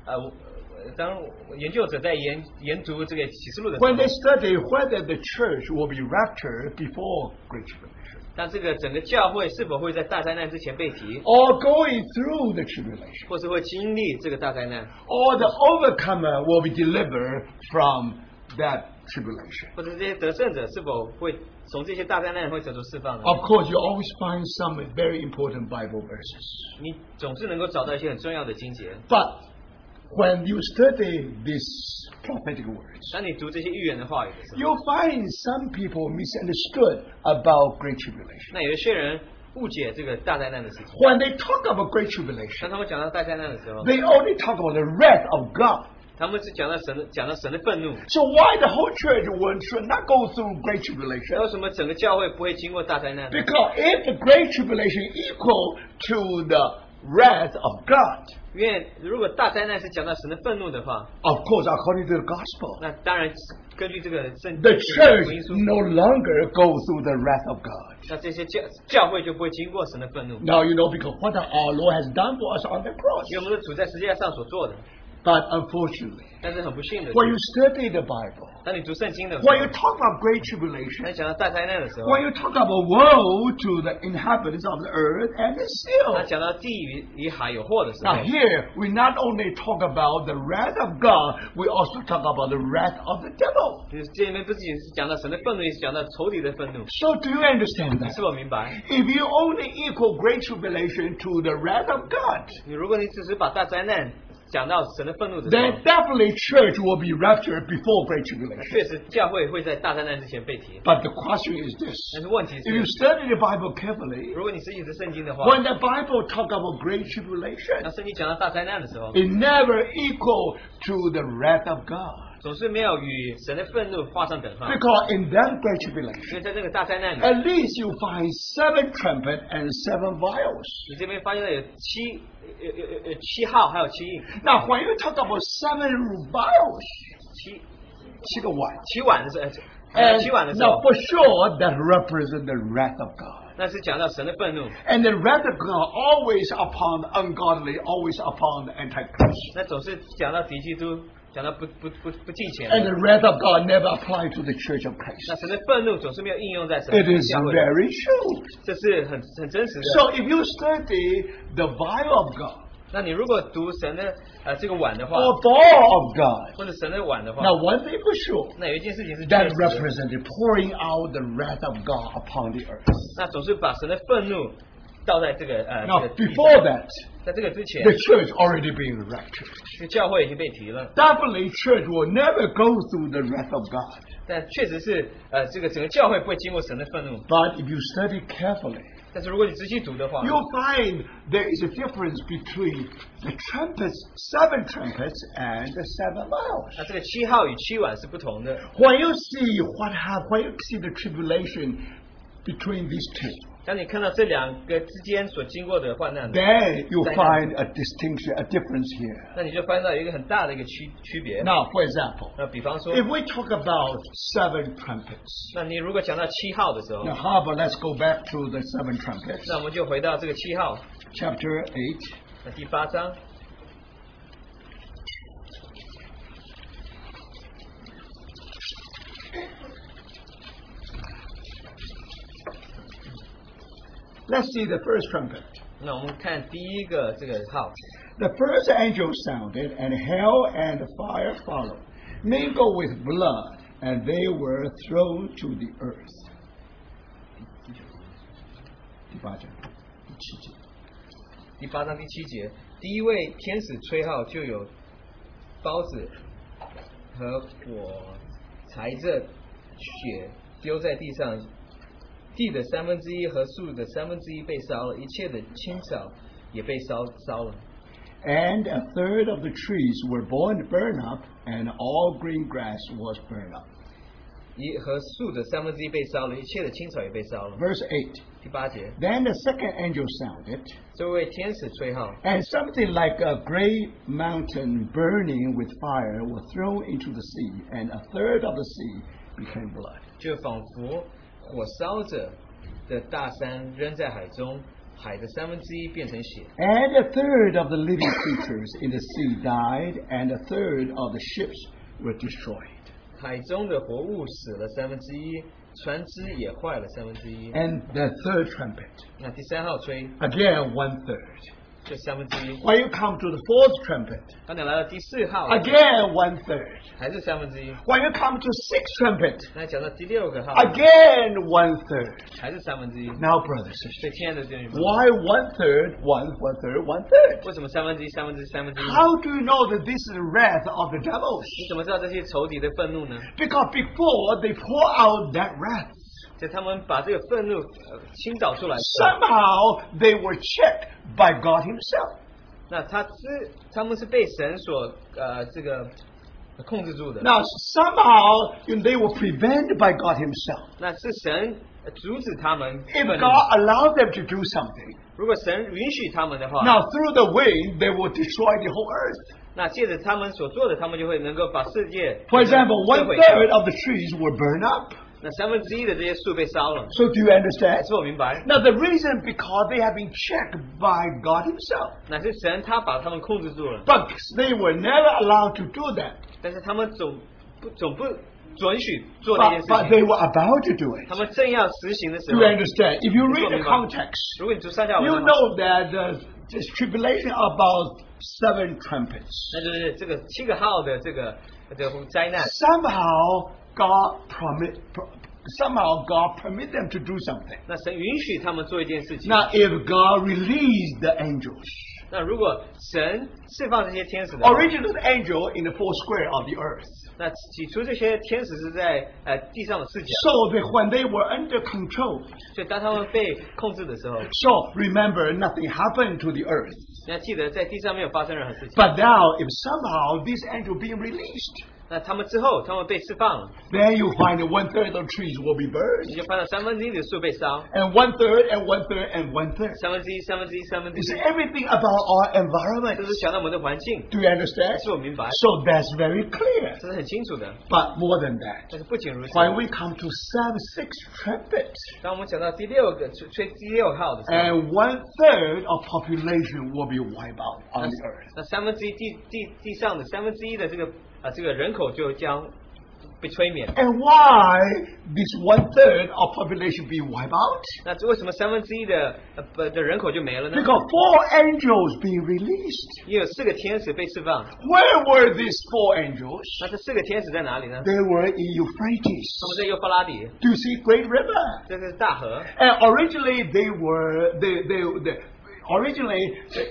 [SPEAKER 2] 呃我呃当研究者在研研读这个启示录的时
[SPEAKER 1] when they
[SPEAKER 2] 候，
[SPEAKER 1] study whether the church will be raptured before Great Tribulation
[SPEAKER 2] 当这个整个教会是否会在大灾难之前被提，
[SPEAKER 1] or going through the tribulation,
[SPEAKER 2] 或是会经历这个大灾难，
[SPEAKER 1] or the overcomer will be delivered from that tribulation.
[SPEAKER 2] 或者这些得胜者是否会从这些大灾难会得出释放呢？
[SPEAKER 1] Of course, you always find some very important Bible verses.
[SPEAKER 2] 你总是能够找到一些很重要的经节。
[SPEAKER 1] But when you study these prophetic words,
[SPEAKER 2] 当你读这些预言的话语的时候，
[SPEAKER 1] You'll find some people misunderstood about Great Tribulation.
[SPEAKER 2] 那有一些人误解这个大灾难的事情。
[SPEAKER 1] When they talk about Great
[SPEAKER 2] 当
[SPEAKER 1] Tribulation,
[SPEAKER 2] 他们讲到大灾难的时候，
[SPEAKER 1] they only talk about the wrath of God.
[SPEAKER 2] 他们是讲到神的，讲到神的愤怒。
[SPEAKER 1] So why the whole church would, should not go through Great
[SPEAKER 2] 那
[SPEAKER 1] Tribulation?
[SPEAKER 2] 为什么整个教会不会经过大灾难呢？
[SPEAKER 1] Because if the Great Tribulation equal to the wrath of God,
[SPEAKER 2] 因为如果大灾难是讲到神的愤怒的话，
[SPEAKER 1] of course, according to the gospel,
[SPEAKER 2] 那当然根据这个圣
[SPEAKER 1] the
[SPEAKER 2] 福音
[SPEAKER 1] church
[SPEAKER 2] 书，
[SPEAKER 1] no longer go through the wrath of God.
[SPEAKER 2] 那这些教教会就不会经过神的愤怒，
[SPEAKER 1] Now you know because what our Lord has done for us on the cross.
[SPEAKER 2] 因为我们是处在世界上所做的。
[SPEAKER 1] But unfortunately,
[SPEAKER 2] 但是很不幸的是
[SPEAKER 1] when you study the Bible,
[SPEAKER 2] 当你读圣经的时候
[SPEAKER 1] When，you talk about great
[SPEAKER 2] 当你
[SPEAKER 1] tribulation,
[SPEAKER 2] 讲到大灾难的时候，
[SPEAKER 1] when you talk about woe to the inhabitants of the earth and the
[SPEAKER 2] 当
[SPEAKER 1] sea.
[SPEAKER 2] 讲到地与与海有祸的时候
[SPEAKER 1] Now，here we not only talk about the wrath of God, we also talk about the wrath of the devil.
[SPEAKER 2] 就是这里面不仅是讲到神的愤怒，也是讲到仇敌的愤怒。
[SPEAKER 1] So do you understand
[SPEAKER 2] 你
[SPEAKER 1] that?
[SPEAKER 2] 是否明白？
[SPEAKER 1] If you only equal great tribulation to the wrath of God,
[SPEAKER 2] 你如果你只是把大灾难讲到神的愤怒的时候
[SPEAKER 1] then，definitely church will be raptured before great
[SPEAKER 2] 那
[SPEAKER 1] tribulation.
[SPEAKER 2] 确实教会会在大灾难之前被提。
[SPEAKER 1] But the question is this:
[SPEAKER 2] 但是问题
[SPEAKER 1] If you
[SPEAKER 2] 是，
[SPEAKER 1] study the Bible carefully,
[SPEAKER 2] 如果你是一直圣经的话，
[SPEAKER 1] when the Bible talk about great tribulation,
[SPEAKER 2] 那圣经讲到大灾难的时候，
[SPEAKER 1] It never equal to the wrath of God.
[SPEAKER 2] 总是没有与神的愤怒画上等号，
[SPEAKER 1] Because in that great tribulation,
[SPEAKER 2] 因为在这个大灾难里，
[SPEAKER 1] at least you find seven trumpet and seven vials.
[SPEAKER 2] 你这边发现了有七有有有有七号，还有七印，
[SPEAKER 1] Now, when you talk about seven vials,
[SPEAKER 2] 七
[SPEAKER 1] take a one.
[SPEAKER 2] 七晚的时候，呃
[SPEAKER 1] And
[SPEAKER 2] 七晚的时
[SPEAKER 1] now,
[SPEAKER 2] 候，
[SPEAKER 1] for sure, that represents the wrath of God.
[SPEAKER 2] 那是讲到神的愤怒，
[SPEAKER 1] And the wrath of God always upon the ungodly, always upon the antichrist.
[SPEAKER 2] 那总是讲到敌基督，讲到不不不不敬虔，
[SPEAKER 1] And the wrath of God never applied to the church of
[SPEAKER 2] 那
[SPEAKER 1] Christ.
[SPEAKER 2] 神的愤怒总是没有应用在神
[SPEAKER 1] It
[SPEAKER 2] 的
[SPEAKER 1] is
[SPEAKER 2] 教会里，
[SPEAKER 1] very true.
[SPEAKER 2] 这是很很真实的。
[SPEAKER 1] So if you study the vial of God
[SPEAKER 2] 那你如果读神的呃这个碗的话，
[SPEAKER 1] or ball of God,
[SPEAKER 2] 或者神的碗的话，
[SPEAKER 1] now one thing for sure,
[SPEAKER 2] 那有一件事情是确
[SPEAKER 1] that
[SPEAKER 2] 实的
[SPEAKER 1] represents the pouring out the wrath of God upon the earth.
[SPEAKER 2] 那总是把神的愤怒倒在这个呃
[SPEAKER 1] Now,
[SPEAKER 2] 这个地
[SPEAKER 1] before
[SPEAKER 2] 上
[SPEAKER 1] that,
[SPEAKER 2] 在这个之前，
[SPEAKER 1] the church already being raptured.
[SPEAKER 2] 这个教会已经被提了，
[SPEAKER 1] Definitely, church will never go through the wrath of God.
[SPEAKER 2] 但确实是呃这个整个教会不会经过神的愤怒。
[SPEAKER 1] But if you study carefully,
[SPEAKER 2] 但是如果你仔细读的话，
[SPEAKER 1] you'll find there is a difference between the trumpets, seven trumpets, and the seven vials.
[SPEAKER 2] 那这个七号与七晚是不同的。
[SPEAKER 1] When you see what happened, when you see the tribulation between these two,
[SPEAKER 2] 当你看到这两个之间所经过的患难，
[SPEAKER 1] then you find a distinction, a difference here.
[SPEAKER 2] 那你就发现到有一个很大的一个区区别。
[SPEAKER 1] Now, for example,
[SPEAKER 2] 那比方说，
[SPEAKER 1] if we talk about seven trumpets,
[SPEAKER 2] 那你如果讲到七号的时候，
[SPEAKER 1] now, however, let's go back to the seven trumpets,
[SPEAKER 2] 那我们就回到这个七号，
[SPEAKER 1] chapter 8.
[SPEAKER 2] 那第八章，
[SPEAKER 1] Let's see the first trumpet.
[SPEAKER 2] 那我们看第一个这个号，
[SPEAKER 1] The first angel sounded, and hell and fire followed, mingled with blood, and they were thrown to the earth. 第八章，第七节。
[SPEAKER 2] 第八章第七节，第一位天使吹号就有包子和火踩着雪丢在地上，地的三分之一和树的三分之一被烧了，一切的青草也被烧烧了。
[SPEAKER 1] And a third of the trees were born burned up, and all green grass was burned up.
[SPEAKER 2] 一和树的三分之一被烧了，一切的青草也被烧了。
[SPEAKER 1] Verse 8.
[SPEAKER 2] 第八节，
[SPEAKER 1] Then the second angel sounded,
[SPEAKER 2] 这位天使吹号，
[SPEAKER 1] and something like a great mountain burning with fire was thrown into the sea, and a third of the sea became blood.
[SPEAKER 2] 就仿佛火烧着的大山扔在海中，海的三分之一变成血。
[SPEAKER 1] And a third of the living creatures in the sea died, and a third of the ships were destroyed.
[SPEAKER 2] 海中的活物死了三分之一，船只也坏了三分之一。
[SPEAKER 1] And the third trumpet,
[SPEAKER 2] 那第三号吹
[SPEAKER 1] again one third.
[SPEAKER 2] 就三分之一，
[SPEAKER 1] When you come to the fourth trumpet,
[SPEAKER 2] 刚才来到第四号
[SPEAKER 1] again one third.
[SPEAKER 2] 还是三分之一。
[SPEAKER 1] When you come to sixth trumpet,
[SPEAKER 2] 那讲到第六个号
[SPEAKER 1] again one third.
[SPEAKER 2] 还是三分之一。
[SPEAKER 1] Now, brothers, and
[SPEAKER 2] 所
[SPEAKER 1] sisters,
[SPEAKER 2] 以亲爱的弟兄们，
[SPEAKER 1] why one third, one, one third, one third?
[SPEAKER 2] 为什么三分之一、三分之一、三分之一？
[SPEAKER 1] How do you know that this is the wrath of the devils?
[SPEAKER 2] 你怎么知道这些仇敌的愤怒呢？
[SPEAKER 1] Because before they pour out that wrath,
[SPEAKER 2] 就他们把这个愤怒呃倾倒出来，
[SPEAKER 1] somehow they were checked by God Himself.
[SPEAKER 2] 那他知他们是被神所呃这个控制住的，
[SPEAKER 1] Now, somehow you know, they were prevented by God Himself.
[SPEAKER 2] 那是神阻止他们
[SPEAKER 1] If
[SPEAKER 2] 愤怒。
[SPEAKER 1] God allowed them to do something,
[SPEAKER 2] 如果神允许他们的话，
[SPEAKER 1] now through the wind, they will destroy the whole earth.
[SPEAKER 2] 那借着他们所做的，他们就会能够把世界
[SPEAKER 1] For example,
[SPEAKER 2] 摧
[SPEAKER 1] one
[SPEAKER 2] 毁
[SPEAKER 1] third of the trees were burned up.
[SPEAKER 2] 那三分之一的这些树被烧了。
[SPEAKER 1] So, do you
[SPEAKER 2] 还
[SPEAKER 1] understand?
[SPEAKER 2] 是我明白，
[SPEAKER 1] Now, the reason because they have been checked by God Himself.
[SPEAKER 2] 那是神他把他们控制住了，
[SPEAKER 1] But they were never allowed to do that.
[SPEAKER 2] 但是他们总不总不准许做这件
[SPEAKER 1] But, but
[SPEAKER 2] 事情。
[SPEAKER 1] they were about to do it.
[SPEAKER 2] 他们正要实行的时
[SPEAKER 1] Do
[SPEAKER 2] 候
[SPEAKER 1] you，understand? If you read the
[SPEAKER 2] Yes.
[SPEAKER 1] context,
[SPEAKER 2] 如果你读上下
[SPEAKER 1] you
[SPEAKER 2] 文的话，
[SPEAKER 1] know that uh, this tribulation about seven trumpets.
[SPEAKER 2] 那就是这个七个号的这个这个灾难。
[SPEAKER 1] Somehow God permit, per- somehow God permit them to do something.
[SPEAKER 2] 那神允许他们做一件事情。
[SPEAKER 1] Now, if God released the angels,
[SPEAKER 2] 那如果神释放这些天使的话，
[SPEAKER 1] original angel in the four square of the earth,
[SPEAKER 2] 那起初这些天使是在呃地上的视角，
[SPEAKER 1] so that when they were under control,
[SPEAKER 2] 所以当他们被控制的时候，
[SPEAKER 1] so remember nothing happened to the earth.
[SPEAKER 2] 你要记得在地上没有发生任何事情。
[SPEAKER 1] But now, if somehow this angel being released,
[SPEAKER 2] 那他们之后，他们被释放了，
[SPEAKER 1] Then you find that one third of trees will be burned,
[SPEAKER 2] 你就发现三分之一的树被烧，
[SPEAKER 1] and one third, and one third, and one third.
[SPEAKER 2] 三分之一、三分之一、三分
[SPEAKER 1] You
[SPEAKER 2] 之一
[SPEAKER 1] see,，everything about our
[SPEAKER 2] 这
[SPEAKER 1] environment.
[SPEAKER 2] 是想到我们的环境，
[SPEAKER 1] Do you understand?
[SPEAKER 2] 是我明白，
[SPEAKER 1] So that's very clear.
[SPEAKER 2] 这是很清楚的。
[SPEAKER 1] But more than that,
[SPEAKER 2] 但是不仅如此，
[SPEAKER 1] when we come to Psalm 6 trumpet,
[SPEAKER 2] 当我们讲到第六个吹吹第六号的时候，
[SPEAKER 1] and one third of population will be wiped out
[SPEAKER 2] 那
[SPEAKER 1] on the earth.
[SPEAKER 2] 那三分之一地地地上的三分之一的这个啊这个人口就将被催眠。
[SPEAKER 1] And why this one third of population be wiped out?
[SPEAKER 2] 那为什么三分之一的呃不的人口就没了呢？
[SPEAKER 1] Because four angels being released.
[SPEAKER 2] 因为有四个天使被释放，
[SPEAKER 1] Where were these four angels?
[SPEAKER 2] 那这四个天使在哪里呢？
[SPEAKER 1] They were in Euphrates.
[SPEAKER 2] 他们在幼发拉底，
[SPEAKER 1] Do you see Great River?
[SPEAKER 2] 这是大河。
[SPEAKER 1] And originally they were they they, they originally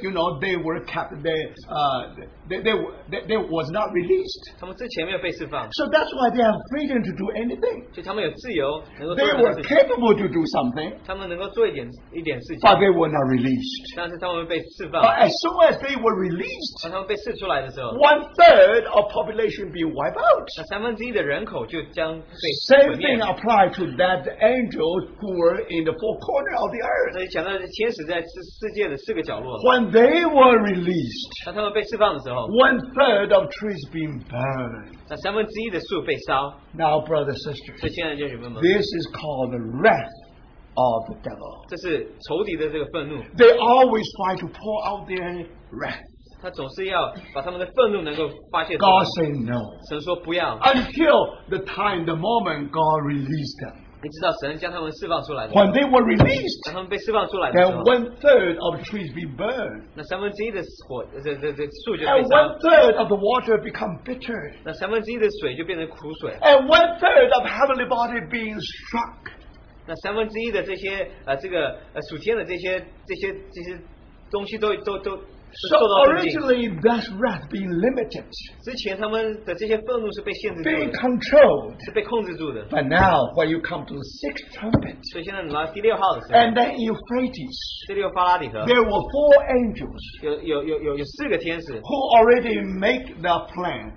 [SPEAKER 1] you know they were kept they uh they they, were- they they was not released.
[SPEAKER 2] 他们之前没有被释放，
[SPEAKER 1] So that's why they have freedom to do anything.
[SPEAKER 2] 所以他们有自由能够做
[SPEAKER 1] They
[SPEAKER 2] 很多
[SPEAKER 1] were
[SPEAKER 2] 事情，
[SPEAKER 1] capable to do something,
[SPEAKER 2] 他们能够做一点一点事情，
[SPEAKER 1] but they were not released.
[SPEAKER 2] 但是他们被释放，
[SPEAKER 1] But as soon as they were released,
[SPEAKER 2] 当他们被释出来的时候，
[SPEAKER 1] one third of population be wiped out.
[SPEAKER 2] 那三分之一的人口就将被毁
[SPEAKER 1] Same
[SPEAKER 2] 灭
[SPEAKER 1] thing
[SPEAKER 2] 了。
[SPEAKER 1] applied to that angels who were in the four corner of the earth.
[SPEAKER 2] 所以讲到天使在世世界的四个角落，
[SPEAKER 1] When they were released,
[SPEAKER 2] 当他们被释放的时候，
[SPEAKER 1] one third of trees being burned.
[SPEAKER 2] 那三分之一的树被烧。
[SPEAKER 1] Now, brothers sisters,
[SPEAKER 2] 所以亲爱的弟兄姊妹们，
[SPEAKER 1] this is called the wrath of the devil.
[SPEAKER 2] 这是仇敌的这个愤怒，
[SPEAKER 1] They always try to pour out their wrath.
[SPEAKER 2] 他总是要把他们的愤怒能够发泄出
[SPEAKER 1] God
[SPEAKER 2] 来。
[SPEAKER 1] said no.
[SPEAKER 2] 神说不要，
[SPEAKER 1] Until the time, the moment God released them.
[SPEAKER 2] 你知道神将他们释放出来的时候，
[SPEAKER 1] When they were released,
[SPEAKER 2] 当他们被释放出来的时
[SPEAKER 1] then
[SPEAKER 2] 候，
[SPEAKER 1] one third of the trees be burned,
[SPEAKER 2] 那三分之一的火，这这这树就被
[SPEAKER 1] and
[SPEAKER 2] 烧
[SPEAKER 1] one，third of the water become bitter,
[SPEAKER 2] 那三分之一的水就变成苦水，
[SPEAKER 1] and one third of heavenly body being struck.
[SPEAKER 2] 那三分之一的这些呃这个呃属天的这些这些这些东西都都都都
[SPEAKER 1] So
[SPEAKER 2] 受到震惊。
[SPEAKER 1] originally, that's wrath being limited,
[SPEAKER 2] 之前他们的这些愤怒是被限制住
[SPEAKER 1] being
[SPEAKER 2] 的，
[SPEAKER 1] controlled.
[SPEAKER 2] 是被控制住的。
[SPEAKER 1] But now, when you come to the sixth trumpet,
[SPEAKER 2] 所以现在你来到第六号的时候，
[SPEAKER 1] and then Euphrates,
[SPEAKER 2] 第六法拉底河
[SPEAKER 1] there were four angels
[SPEAKER 2] 有有有有有四个天使，
[SPEAKER 1] who already make their plan.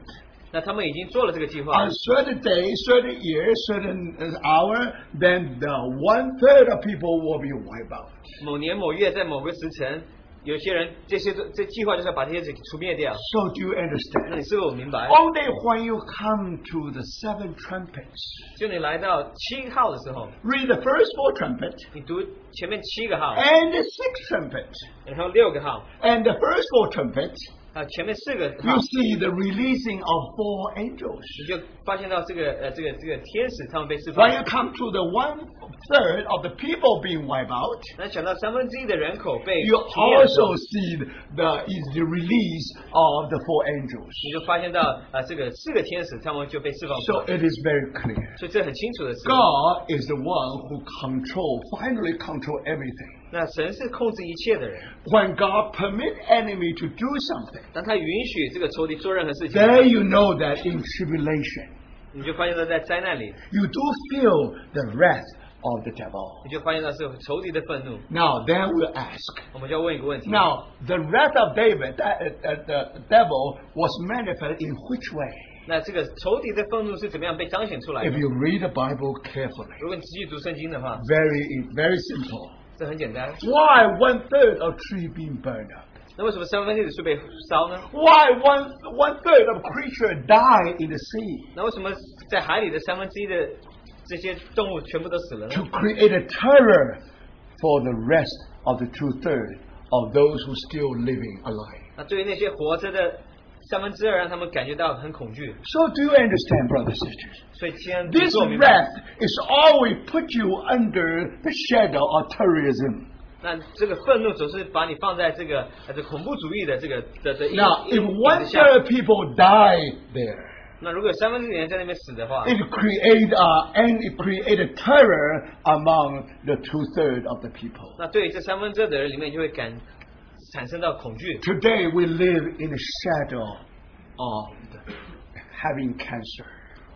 [SPEAKER 2] 那他们已经做了这个计划
[SPEAKER 1] On。certain day, certain year, certain uh, hour, then the one third of people will be wiped out.
[SPEAKER 2] 某年某月在某个时辰，有些人这些都这计划就是要把这些人除灭掉。
[SPEAKER 1] So do you
[SPEAKER 2] 那
[SPEAKER 1] understand?
[SPEAKER 2] 你是不是我明白？
[SPEAKER 1] Only when you come to the seven trumpets,
[SPEAKER 2] 就你来到七号的时候，
[SPEAKER 1] read the first four trumpets
[SPEAKER 2] 你读前面七个号，
[SPEAKER 1] and the sixth trumpet,
[SPEAKER 2] 然后六个号，
[SPEAKER 1] and the first four trumpets,
[SPEAKER 2] 啊，前面四个号
[SPEAKER 1] you，see the releasing of four angels.
[SPEAKER 2] 你就发现到这个呃这个这个天使他们被释放
[SPEAKER 1] When。you come to the one third of the people being wiped out,
[SPEAKER 2] 那想到三分之一的人口被
[SPEAKER 1] you
[SPEAKER 2] 除灭的时候
[SPEAKER 1] also see the is the release of the four angels.
[SPEAKER 2] 你就发现到啊、呃这个四个天使他们就被释放出
[SPEAKER 1] So
[SPEAKER 2] 来，
[SPEAKER 1] it is very clear.
[SPEAKER 2] 所以这很清楚的是，
[SPEAKER 1] God is the one who control, finally control everything.
[SPEAKER 2] 那神是控制一切的人，
[SPEAKER 1] When God permit enemy to do something,
[SPEAKER 2] 当他允许这个仇敌做任何事情，
[SPEAKER 1] there you know that in tribulation,
[SPEAKER 2] 你就发现到在灾难里，
[SPEAKER 1] you do feel the wrath of the devil.
[SPEAKER 2] 你就发现到是仇敌的愤怒。
[SPEAKER 1] Now then we ask.
[SPEAKER 2] 我们就要问一个问题：
[SPEAKER 1] Now the wrath of David, that, uh, uh, the devil was manifested in which way?
[SPEAKER 2] 那这个仇敌的愤怒是怎么样被彰显出来
[SPEAKER 1] If
[SPEAKER 2] 的？
[SPEAKER 1] you read the Bible carefully,
[SPEAKER 2] 如果你仔细读圣经的话，
[SPEAKER 1] very very simple.
[SPEAKER 2] 这很简单。
[SPEAKER 1] Why one third of tree being burned up?
[SPEAKER 2] 那为什么三分之一的树被烧呢？
[SPEAKER 1] Why one one third of creature die in the sea?
[SPEAKER 2] 那为什么在海里的三分之一的这些动物全部都死了呢
[SPEAKER 1] To？create a terror for the rest of the two third of those who still living alive.
[SPEAKER 2] 那对于那些活着的三分之二，让他们感觉到很恐惧。
[SPEAKER 1] So do you understand, brothers and sisters?
[SPEAKER 2] 所以今天
[SPEAKER 1] This
[SPEAKER 2] 做明白，
[SPEAKER 1] wrath is always put you under the shadow of terrorism.
[SPEAKER 2] 那这个愤怒总是把你放在这个呃这恐怖主义的这个的的阴
[SPEAKER 1] Now, if
[SPEAKER 2] 阴影
[SPEAKER 1] one
[SPEAKER 2] 之下。
[SPEAKER 1] third people die there,
[SPEAKER 2] 那如果有三分之一的人在那边死的话，
[SPEAKER 1] it create uh, and it create a terror among the two third of the people.
[SPEAKER 2] 那对于这三分之二的人里面就会感产生到恐惧。
[SPEAKER 1] Today we live in the shadow of the- having cancer.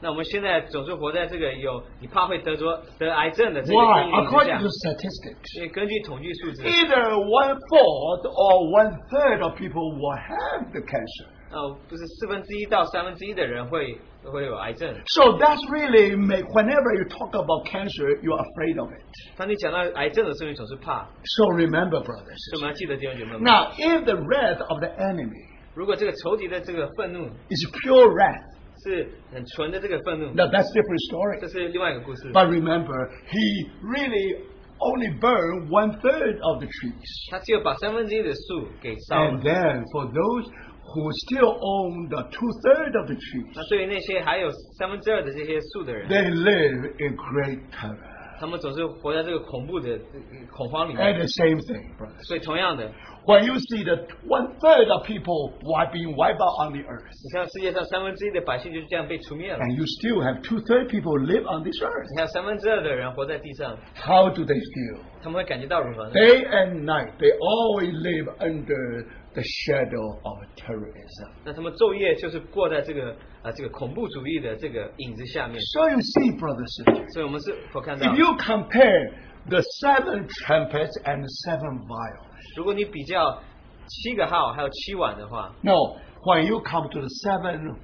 [SPEAKER 2] 那我们现在总是活在这个有你怕会得着得癌症的这个
[SPEAKER 1] Why?
[SPEAKER 2] 阴影之
[SPEAKER 1] According
[SPEAKER 2] 下
[SPEAKER 1] to。statistics,
[SPEAKER 2] 因为根据统计数字，
[SPEAKER 1] either one fourth or one third of people will have the cancer.
[SPEAKER 2] 那呃，不是四分之一到三分之一的人会会有癌症。
[SPEAKER 1] So that's really make, whenever you talk about cancer, you're afraid of it.
[SPEAKER 2] 当你讲到癌症的时候，你总是怕。
[SPEAKER 1] So remember, brothers. and
[SPEAKER 2] 所以我们要记得弟兄姐妹们，
[SPEAKER 1] Now, if the wrath of the enemy
[SPEAKER 2] 如果这个仇敌的这个愤怒
[SPEAKER 1] is pure wrath,
[SPEAKER 2] 是很纯的这个愤怒，
[SPEAKER 1] now that's different story.
[SPEAKER 2] 这是另外一个故事。
[SPEAKER 1] But remember, he really only burned one third of the trees.
[SPEAKER 2] 他只有把三分之一的树给烧了
[SPEAKER 1] And。then for those who still own the two third of the
[SPEAKER 2] 那
[SPEAKER 1] trees,
[SPEAKER 2] 对于那些还有三分之二的这些树的人，
[SPEAKER 1] they live in great terror.
[SPEAKER 2] 他们总是活在这个恐怖的呃恐慌里
[SPEAKER 1] And
[SPEAKER 2] 面。
[SPEAKER 1] the same thing, brothers.
[SPEAKER 2] 所以同样的，
[SPEAKER 1] When you see that one third of people wi- being wiped out on the earth,
[SPEAKER 2] 你像世界上三分之一的百姓就是这样被除灭了，
[SPEAKER 1] and you still have two third people live on this earth,
[SPEAKER 2] 你还有三分之二的人活在地上，
[SPEAKER 1] how do they feel?
[SPEAKER 2] 他们会感觉到如何呢？
[SPEAKER 1] Day and night, they always live under the shadow of terrorism.
[SPEAKER 2] 那他们昼夜就是过在这个啊、呃这个恐怖主义的这个影子下面。
[SPEAKER 1] So you see, brothers and sisters,
[SPEAKER 2] 所以我们是否看到
[SPEAKER 1] if，you compare the seven trumpets and the seven vials,
[SPEAKER 2] 如果你比较七个号还有七碗的话，
[SPEAKER 1] no, when you come to the seven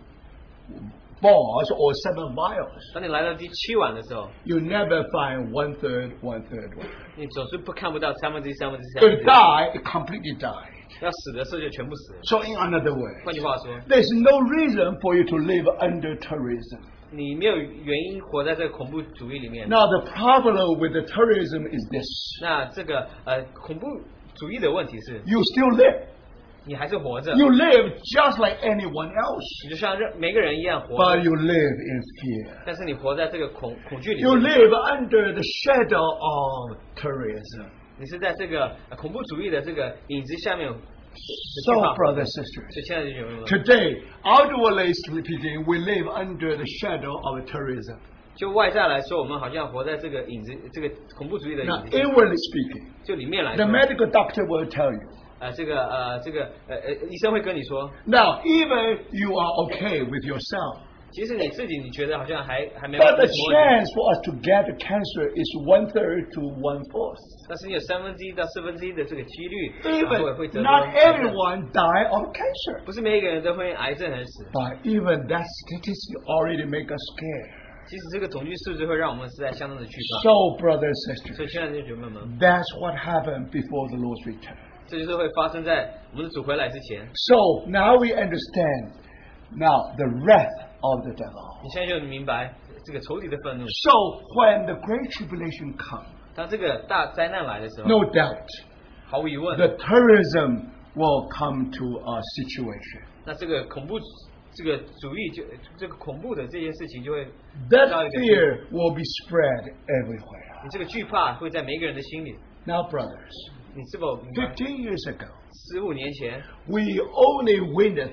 [SPEAKER 1] balls or seven vials,
[SPEAKER 2] 当你来到第七碗的时候，
[SPEAKER 1] you never find one third, one third, one third.
[SPEAKER 2] 你总是不看不到三分之一、三分之一、三分
[SPEAKER 1] They
[SPEAKER 2] 之
[SPEAKER 1] die, it completely die.
[SPEAKER 2] 一，要死的时候就全部死了。
[SPEAKER 1] So in another word,
[SPEAKER 2] 换句话说，
[SPEAKER 1] there's no reason for you to live under terrorism.
[SPEAKER 2] 你没有原因活在这个恐怖主义里面。
[SPEAKER 1] Now the problem with the terrorism is this.
[SPEAKER 2] 那这个呃恐怖主义的问题是，
[SPEAKER 1] You still live.
[SPEAKER 2] 你还是活着，
[SPEAKER 1] You live just like anyone else,
[SPEAKER 2] 你就像任每个人一样活
[SPEAKER 1] but
[SPEAKER 2] 着，
[SPEAKER 1] you live in fear.
[SPEAKER 2] 但是你活在这个恐恐惧里
[SPEAKER 1] You
[SPEAKER 2] 面，
[SPEAKER 1] live under the shadow of terrorism.
[SPEAKER 2] 你是在这个、呃恐怖主义的这个影子下面。
[SPEAKER 1] So, brothers and sisters,
[SPEAKER 2] 所以，亲爱的弟兄们，
[SPEAKER 1] today, outwardly speaking, we live under the shadow of terrorism.
[SPEAKER 2] 就外在来说，我们好像活在这个影子、这个恐怖主义的
[SPEAKER 1] Now,
[SPEAKER 2] 影子下，
[SPEAKER 1] inwardly speaking,
[SPEAKER 2] 就里面来
[SPEAKER 1] the
[SPEAKER 2] 说，
[SPEAKER 1] medical doctor will tell you.
[SPEAKER 2] 呃，这个呃，这个呃呃，医生会跟你说，
[SPEAKER 1] Now, even you are okay with yourself,
[SPEAKER 2] 其实你自己你觉得好像还还没有
[SPEAKER 1] but the
[SPEAKER 2] 什么，
[SPEAKER 1] chance for us to get cancer is one third to one fourth.
[SPEAKER 2] 但是你有三分之一到四分之一的这个几率，然后也会
[SPEAKER 1] Even
[SPEAKER 2] 得
[SPEAKER 1] not
[SPEAKER 2] 到。
[SPEAKER 1] everyone die of cancer.
[SPEAKER 2] 不是每一个人都会因癌症而死，
[SPEAKER 1] But even that statistic already make us scared.
[SPEAKER 2] 其实这个统计数字会让我们是在相当的惧怕。
[SPEAKER 1] So, brothers and
[SPEAKER 2] 所
[SPEAKER 1] sisters,
[SPEAKER 2] 以，亲爱的弟兄们，
[SPEAKER 1] that's what happened before the Lord's return.
[SPEAKER 2] 这就是会发生在我们的主回来之前。
[SPEAKER 1] So now we understand now the wrath of the devil.
[SPEAKER 2] 你现在就明白这个仇敌的愤怒。
[SPEAKER 1] So when the great tribulation comes,
[SPEAKER 2] 当这个大灾难来的时候，
[SPEAKER 1] no doubt
[SPEAKER 2] 毫无疑问，
[SPEAKER 1] the terrorism will come to a situation.
[SPEAKER 2] 那这个恐怖这个主义就这个恐怖的这件事情就会到
[SPEAKER 1] That
[SPEAKER 2] 一个，
[SPEAKER 1] fear will be spread everywhere.
[SPEAKER 2] 你这个惧怕会在每一个人的心里。
[SPEAKER 1] Now, brothers,
[SPEAKER 2] 你是否明白？
[SPEAKER 1] 15 years ago,
[SPEAKER 2] 十五年前，
[SPEAKER 1] we only witnessed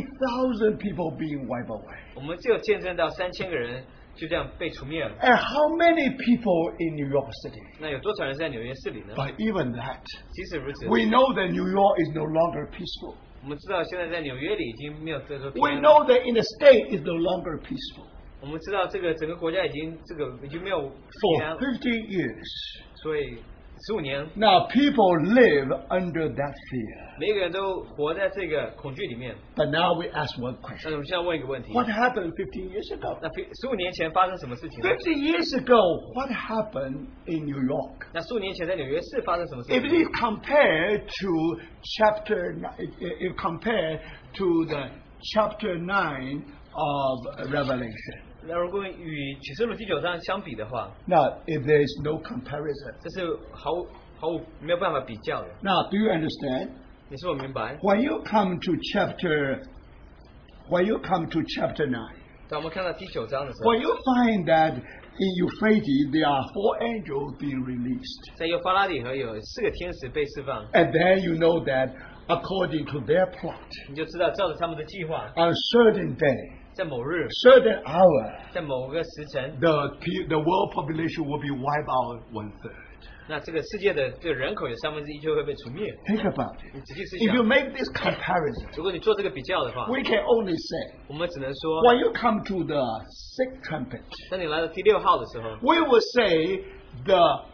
[SPEAKER 1] 3,000 people being wiped away.
[SPEAKER 2] 我们只有见证到三千个人就这样被除灭了。
[SPEAKER 1] And how many people in New York City?
[SPEAKER 2] 那有多少人是在纽约市里呢？
[SPEAKER 1] But even that,
[SPEAKER 2] 即使如此，
[SPEAKER 1] we know that New York is no longer peaceful.
[SPEAKER 2] 我们知道现在在纽约里已经没有这个平
[SPEAKER 1] We
[SPEAKER 2] 安了。
[SPEAKER 1] know that in the state is no longer peaceful.
[SPEAKER 2] 我们知道这个整个国家已经这个已经没有平安
[SPEAKER 1] For，50 years,
[SPEAKER 2] 所以十五年
[SPEAKER 1] now people live under that fear.
[SPEAKER 2] 每一个人都活在这个恐惧里面。
[SPEAKER 1] But now we ask one question:
[SPEAKER 2] 那我们现在问一个问题：
[SPEAKER 1] What happened 15 years ago?
[SPEAKER 2] 那十五年前发生什么事情呢？
[SPEAKER 1] 50 years ago, what happened in New York?
[SPEAKER 2] 那数年前在纽约市发生什么事
[SPEAKER 1] If
[SPEAKER 2] 情？
[SPEAKER 1] it compared to chapter, ni- if compared to the chapter nine of Revelation.
[SPEAKER 2] 那如果与启示录第九章相比的话，
[SPEAKER 1] Now, if there is no comparison.
[SPEAKER 2] 这是毫无毫无没有办法比较的。
[SPEAKER 1] Now, do you understand?
[SPEAKER 2] 你是否明白？
[SPEAKER 1] When you come to chapter, when you come to chapter 9,
[SPEAKER 2] 当我们看到第九章的时候，
[SPEAKER 1] when you find that in Euphrates there are four angels being released,
[SPEAKER 2] 在幼发拉底河有四个天使被释放，
[SPEAKER 1] and then you know that according to their plot,
[SPEAKER 2] 你就知道照着他们的计划，
[SPEAKER 1] on certain day,
[SPEAKER 2] 在某日，
[SPEAKER 1] certain hour,
[SPEAKER 2] 在某个时辰，
[SPEAKER 1] the, pe- the world population will be wiped out one third.
[SPEAKER 2] 那这个世界的这个人口有三分之一就会被除灭。
[SPEAKER 1] Think about it.
[SPEAKER 2] 你仔细思
[SPEAKER 1] If
[SPEAKER 2] 想
[SPEAKER 1] you，make this comparison,
[SPEAKER 2] 如果你做这个比较的话，
[SPEAKER 1] we can only say,
[SPEAKER 2] 我们只能说，
[SPEAKER 1] when you come to the sixth trumpet,
[SPEAKER 2] 当你来到第六号的时候，
[SPEAKER 1] we will say the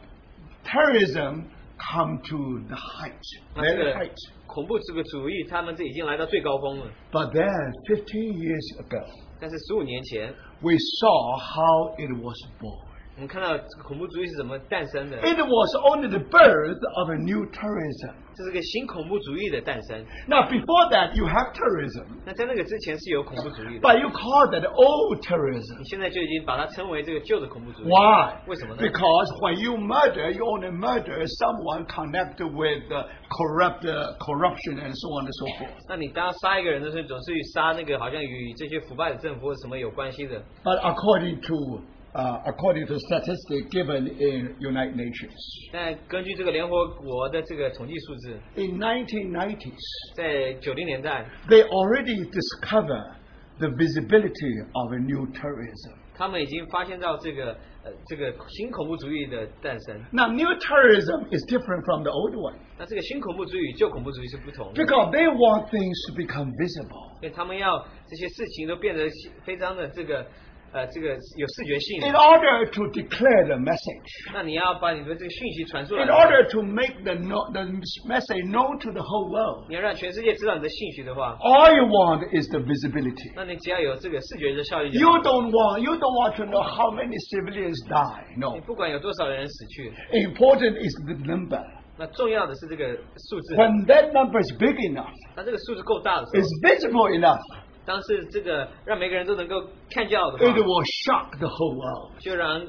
[SPEAKER 1] terrorism come to the height,
[SPEAKER 2] 那这
[SPEAKER 1] very
[SPEAKER 2] 个
[SPEAKER 1] height.
[SPEAKER 2] 恐怖这个主义，他们这已经来到最高峰了。
[SPEAKER 1] But then, 15 years ago,
[SPEAKER 2] 但是十五年前，
[SPEAKER 1] we saw how it was born.
[SPEAKER 2] 我们看到这个恐怖主义是怎么诞生的，
[SPEAKER 1] It was only the birth of a new terrorism.
[SPEAKER 2] 这是个新恐怖主义的诞生。
[SPEAKER 1] Now, before that, you have terrorism,
[SPEAKER 2] 那在那个之前是有恐怖主义的，
[SPEAKER 1] but you call that old terrorism.
[SPEAKER 2] 你现在就已经把它称为这个旧的恐怖主义。
[SPEAKER 1] Why?
[SPEAKER 2] 为什么呢？
[SPEAKER 1] Because when you murder, you only murder someone connected with uh, corrupt uh, corruption and so on and so forth.
[SPEAKER 2] 那你当杀一个人的时候，总是与杀那个好像与这些腐败的政府或什么有关系的。
[SPEAKER 1] But according to uh, according to statistic given in United Nations,
[SPEAKER 2] 但根据这个联合国的这个统计数字，
[SPEAKER 1] in 1990s,
[SPEAKER 2] 在九零年代，
[SPEAKER 1] they already discover the visibility of a new terrorism.
[SPEAKER 2] 他们已经发现到这个呃这个新恐怖主义的诞生。
[SPEAKER 1] Now, new terrorism is different from the old one
[SPEAKER 2] 那这个新恐怖主义与旧恐怖主义是不同的，
[SPEAKER 1] because they want things to become visible.
[SPEAKER 2] 因为他们要这些事情都变得非常的这个呃这个有视觉性。
[SPEAKER 1] In order to declare the message,
[SPEAKER 2] 那你要把你的这个讯息传出来
[SPEAKER 1] in，order to make the, no, the message known to the whole world,
[SPEAKER 2] 你要让全世界知道你的信息的话，
[SPEAKER 1] all you want is the visibility.
[SPEAKER 2] 那你只要有这个视觉的效应就
[SPEAKER 1] You
[SPEAKER 2] 好，
[SPEAKER 1] don't want you don't want to know how many civilians die.
[SPEAKER 2] 你
[SPEAKER 1] No,
[SPEAKER 2] 不管有多少人死去，
[SPEAKER 1] important is the number.
[SPEAKER 2] 那重要的是这个数字。
[SPEAKER 1] When that number is big enough,
[SPEAKER 2] 当这个数字够大的时
[SPEAKER 1] is visible enough,
[SPEAKER 2] 候，当是这个让每个人都能够看见的
[SPEAKER 1] it
[SPEAKER 2] 话，
[SPEAKER 1] will shock the whole world.
[SPEAKER 2] 就让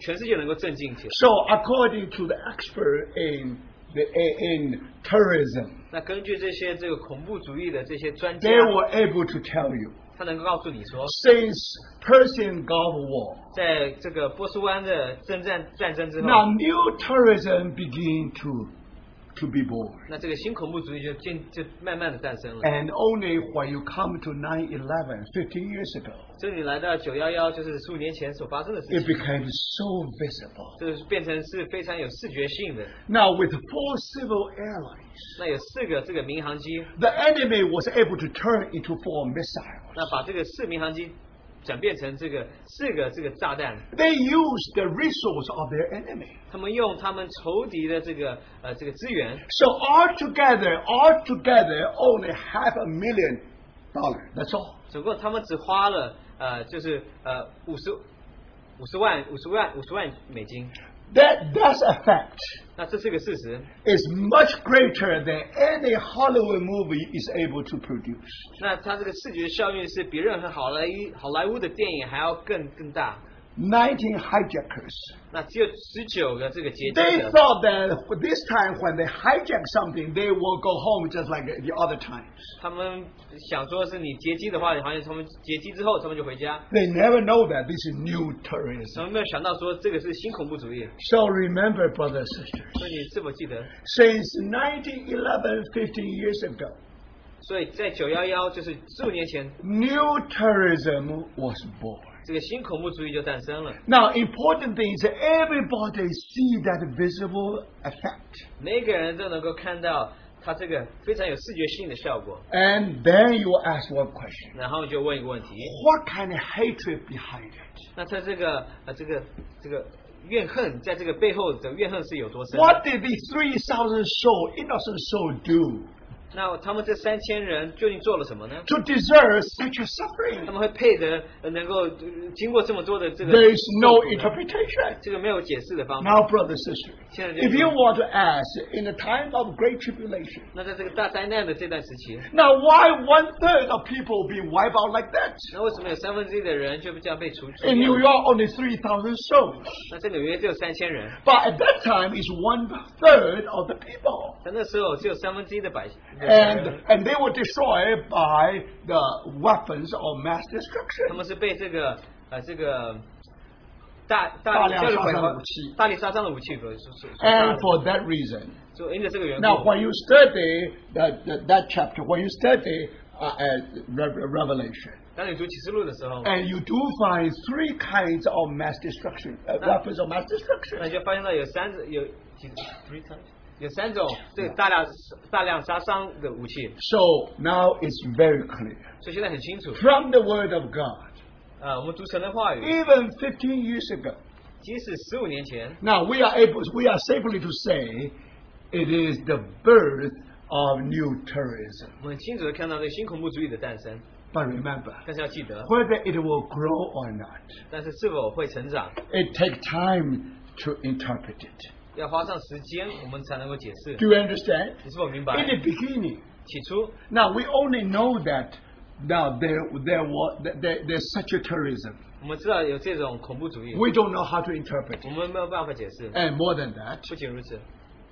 [SPEAKER 2] 全世界能够镇静起来。
[SPEAKER 1] So, according to the expert in the in terrorism,
[SPEAKER 2] 那根据这些这个恐怖主义的这些专家
[SPEAKER 1] they，were able to tell you
[SPEAKER 2] 他能够告诉你说，
[SPEAKER 1] since Persian Gulf War.
[SPEAKER 2] 在这个波斯湾的征战战争之后，
[SPEAKER 1] Now, new terrorism begin to to be born,
[SPEAKER 2] 那这个新恐怖主义就渐就慢慢的诞生了。
[SPEAKER 1] and only when you come to 9/11, 15 years ago,
[SPEAKER 2] 所以你来到九幺幺，就是十五年前所发生的事
[SPEAKER 1] it
[SPEAKER 2] 情，
[SPEAKER 1] became so visible.
[SPEAKER 2] 就是变成是非常有视觉性的。
[SPEAKER 1] Now, with four civil airlines,
[SPEAKER 2] 那有四个这个民航机，
[SPEAKER 1] the enemy was able to turn into four missiles.
[SPEAKER 2] 那把这个四民航机转变成这个四个这个炸弹，
[SPEAKER 1] They used the resource of their enemy.
[SPEAKER 2] 他们用他们仇敌的这个呃这个资源，
[SPEAKER 1] So altogether, altogether, only half a million dollars. That's all.
[SPEAKER 2] 总共他们只花了呃就是呃五十五十万五十万五十万美金，
[SPEAKER 1] That that's a fact.
[SPEAKER 2] 那这是个事实。
[SPEAKER 1] It's much greater than any Hollywood movie is able to produce.
[SPEAKER 2] 那它这个视觉效应是比任何好莱坞好莱坞的电影还要更更大。
[SPEAKER 1] Nineteen hijackers.
[SPEAKER 2] 那只有十九个这个劫机
[SPEAKER 1] They
[SPEAKER 2] 者，
[SPEAKER 1] thought that this time when they hijack something, they will go home just like the other times.
[SPEAKER 2] 他们想说是你劫机的话，好像他们劫机之后他们就回家，
[SPEAKER 1] They never know that this is new
[SPEAKER 2] 他
[SPEAKER 1] terrorism.
[SPEAKER 2] 们没有想到说这个是新恐怖主义。
[SPEAKER 1] So remember, brothers and sisters,
[SPEAKER 2] 所以你是否记得？
[SPEAKER 1] since 1911, 15 years ago,
[SPEAKER 2] 所以在九幺幺就是十五年前，
[SPEAKER 1] new terrorism was born.
[SPEAKER 2] 这个新恐怖主义就诞生了。
[SPEAKER 1] Now, important thing is that everybody see that visible effect,
[SPEAKER 2] 每个人都能够看到它这个非常有视觉性的效果。
[SPEAKER 1] and then you ask one question:
[SPEAKER 2] 然后就问一个问题：
[SPEAKER 1] What kind of hatred behind it?
[SPEAKER 2] 那它这个呃这个这个怨恨，在这个背后的怨恨是有多深？
[SPEAKER 1] What did these three thousand soul, innocent soul, do
[SPEAKER 2] 那他们这三千人究竟做了什么呢？
[SPEAKER 1] to deserve such a
[SPEAKER 2] 他
[SPEAKER 1] suffering?
[SPEAKER 2] 们会配得呃能够呃经过这么多的这个
[SPEAKER 1] There is no
[SPEAKER 2] 痛苦呢
[SPEAKER 1] interpretation.
[SPEAKER 2] 这个没有解释的方法。
[SPEAKER 1] Now, brother, sister, if you want to ask in a time of great tribulation,
[SPEAKER 2] 那在这个大灾难的这段时期，
[SPEAKER 1] now why one third of people be wiped out like that?
[SPEAKER 2] 那为什么有三分之一的人就这样被除除
[SPEAKER 1] In
[SPEAKER 2] 掉
[SPEAKER 1] New York, only three thousand souls.
[SPEAKER 2] 那在纽约只有三千人，
[SPEAKER 1] But at that time, it's one third of the people,
[SPEAKER 2] 但那时候只有三分之一的百姓。
[SPEAKER 1] and and they were destroyed by the weapons of mass
[SPEAKER 2] 他
[SPEAKER 1] destruction.
[SPEAKER 2] 们是被这个呃这个大大力
[SPEAKER 1] 大量
[SPEAKER 2] 教育毁
[SPEAKER 1] 杀伤
[SPEAKER 2] 坏
[SPEAKER 1] 的武器
[SPEAKER 2] 大力杀伤的武器所所所所杀
[SPEAKER 1] And
[SPEAKER 2] 的
[SPEAKER 1] for that reason,
[SPEAKER 2] 就因着这个缘
[SPEAKER 1] now
[SPEAKER 2] 故。
[SPEAKER 1] when you study that that, that chapter, when you study uh, uh, Re- Revelation,
[SPEAKER 2] 当你读启示录的时候，
[SPEAKER 1] and you do find three kinds of mass destruction, uh, weapons of mass
[SPEAKER 2] 那
[SPEAKER 1] destruction.
[SPEAKER 2] 你就发现到有三有几 three times 有三种
[SPEAKER 1] 嗯
[SPEAKER 2] 这个大量大量杀伤的武器，
[SPEAKER 1] So now it's very clear
[SPEAKER 2] 所以现在很清楚。
[SPEAKER 1] from the Word of God,
[SPEAKER 2] 呃，我们读神的话语，
[SPEAKER 1] even 15 years ago.
[SPEAKER 2] 即使十五年前，
[SPEAKER 1] Now we are able, we are safely to say, It is the birth of new terrorism.
[SPEAKER 2] 我们清楚的看到这新恐怖主义的诞生，
[SPEAKER 1] But remember,
[SPEAKER 2] 但是要记得，
[SPEAKER 1] whether it will grow or not,
[SPEAKER 2] 但是是否会成长，
[SPEAKER 1] it takes time to interpret it.
[SPEAKER 2] 要花上时间，我们才能够解释。
[SPEAKER 1] Do you understand?
[SPEAKER 2] 你是否明白？
[SPEAKER 1] In the beginning,
[SPEAKER 2] 起初
[SPEAKER 1] now we only know that now there there was there, there's such a terrorism.
[SPEAKER 2] 我们知道有这种恐怖主义，
[SPEAKER 1] We don't know how to interpret
[SPEAKER 2] 我
[SPEAKER 1] it.
[SPEAKER 2] 们没有办法解释。
[SPEAKER 1] And more than that,
[SPEAKER 2] 不仅如此，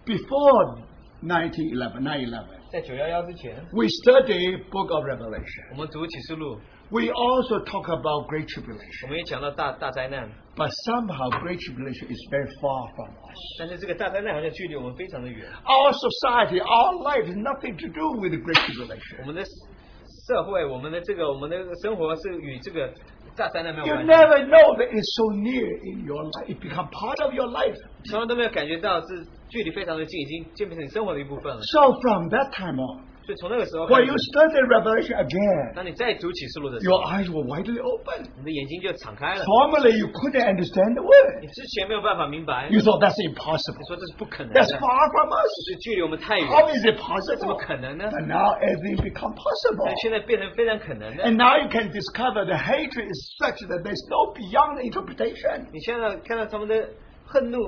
[SPEAKER 1] before 1911, 9/11,
[SPEAKER 2] 在九幺幺之前，
[SPEAKER 1] we study Book of Revelation.
[SPEAKER 2] 我们读启示录，
[SPEAKER 1] We also talk about Great Tribulation.
[SPEAKER 2] 我们也讲到大大灾难，
[SPEAKER 1] But somehow Great Tribulation is very far from us.
[SPEAKER 2] 但是这个大灾难好像距离我们非常的远。
[SPEAKER 1] Our society, our life has nothing to do with the Great
[SPEAKER 2] 我
[SPEAKER 1] Tribulation.
[SPEAKER 2] 们的 s- 社会，我们的这个，我们的生活是与这个大灾难没有
[SPEAKER 1] You
[SPEAKER 2] 关系，
[SPEAKER 1] never know that it's so near in your life. It becomes part of your life.
[SPEAKER 2] 从来都没有感觉到是距离非常的近，已经变成你生活的一部分了。
[SPEAKER 1] So from that time on,
[SPEAKER 2] 所以从那个时候开
[SPEAKER 1] when
[SPEAKER 2] 始
[SPEAKER 1] you，study Revelation again,
[SPEAKER 2] 当你再读启示录的时候
[SPEAKER 1] your，eyes were widely open.
[SPEAKER 2] 你的眼睛就敞开了。
[SPEAKER 1] Formerly, you couldn't understand the
[SPEAKER 2] 你
[SPEAKER 1] word.
[SPEAKER 2] 之前没有办法明白，
[SPEAKER 1] You
[SPEAKER 2] 你
[SPEAKER 1] thought that's impossible.
[SPEAKER 2] 说这是不可能
[SPEAKER 1] That's
[SPEAKER 2] 的，
[SPEAKER 1] far from us.
[SPEAKER 2] 这距离我们太远，
[SPEAKER 1] How is it
[SPEAKER 2] 怎么
[SPEAKER 1] possible?
[SPEAKER 2] 可能呢？
[SPEAKER 1] But now everything becomes possible.
[SPEAKER 2] 但现在变成非常可能的。
[SPEAKER 1] And now you can discover the hatred is such that there's no beyond interpretation.
[SPEAKER 2] 你现在看到他们的恨怒、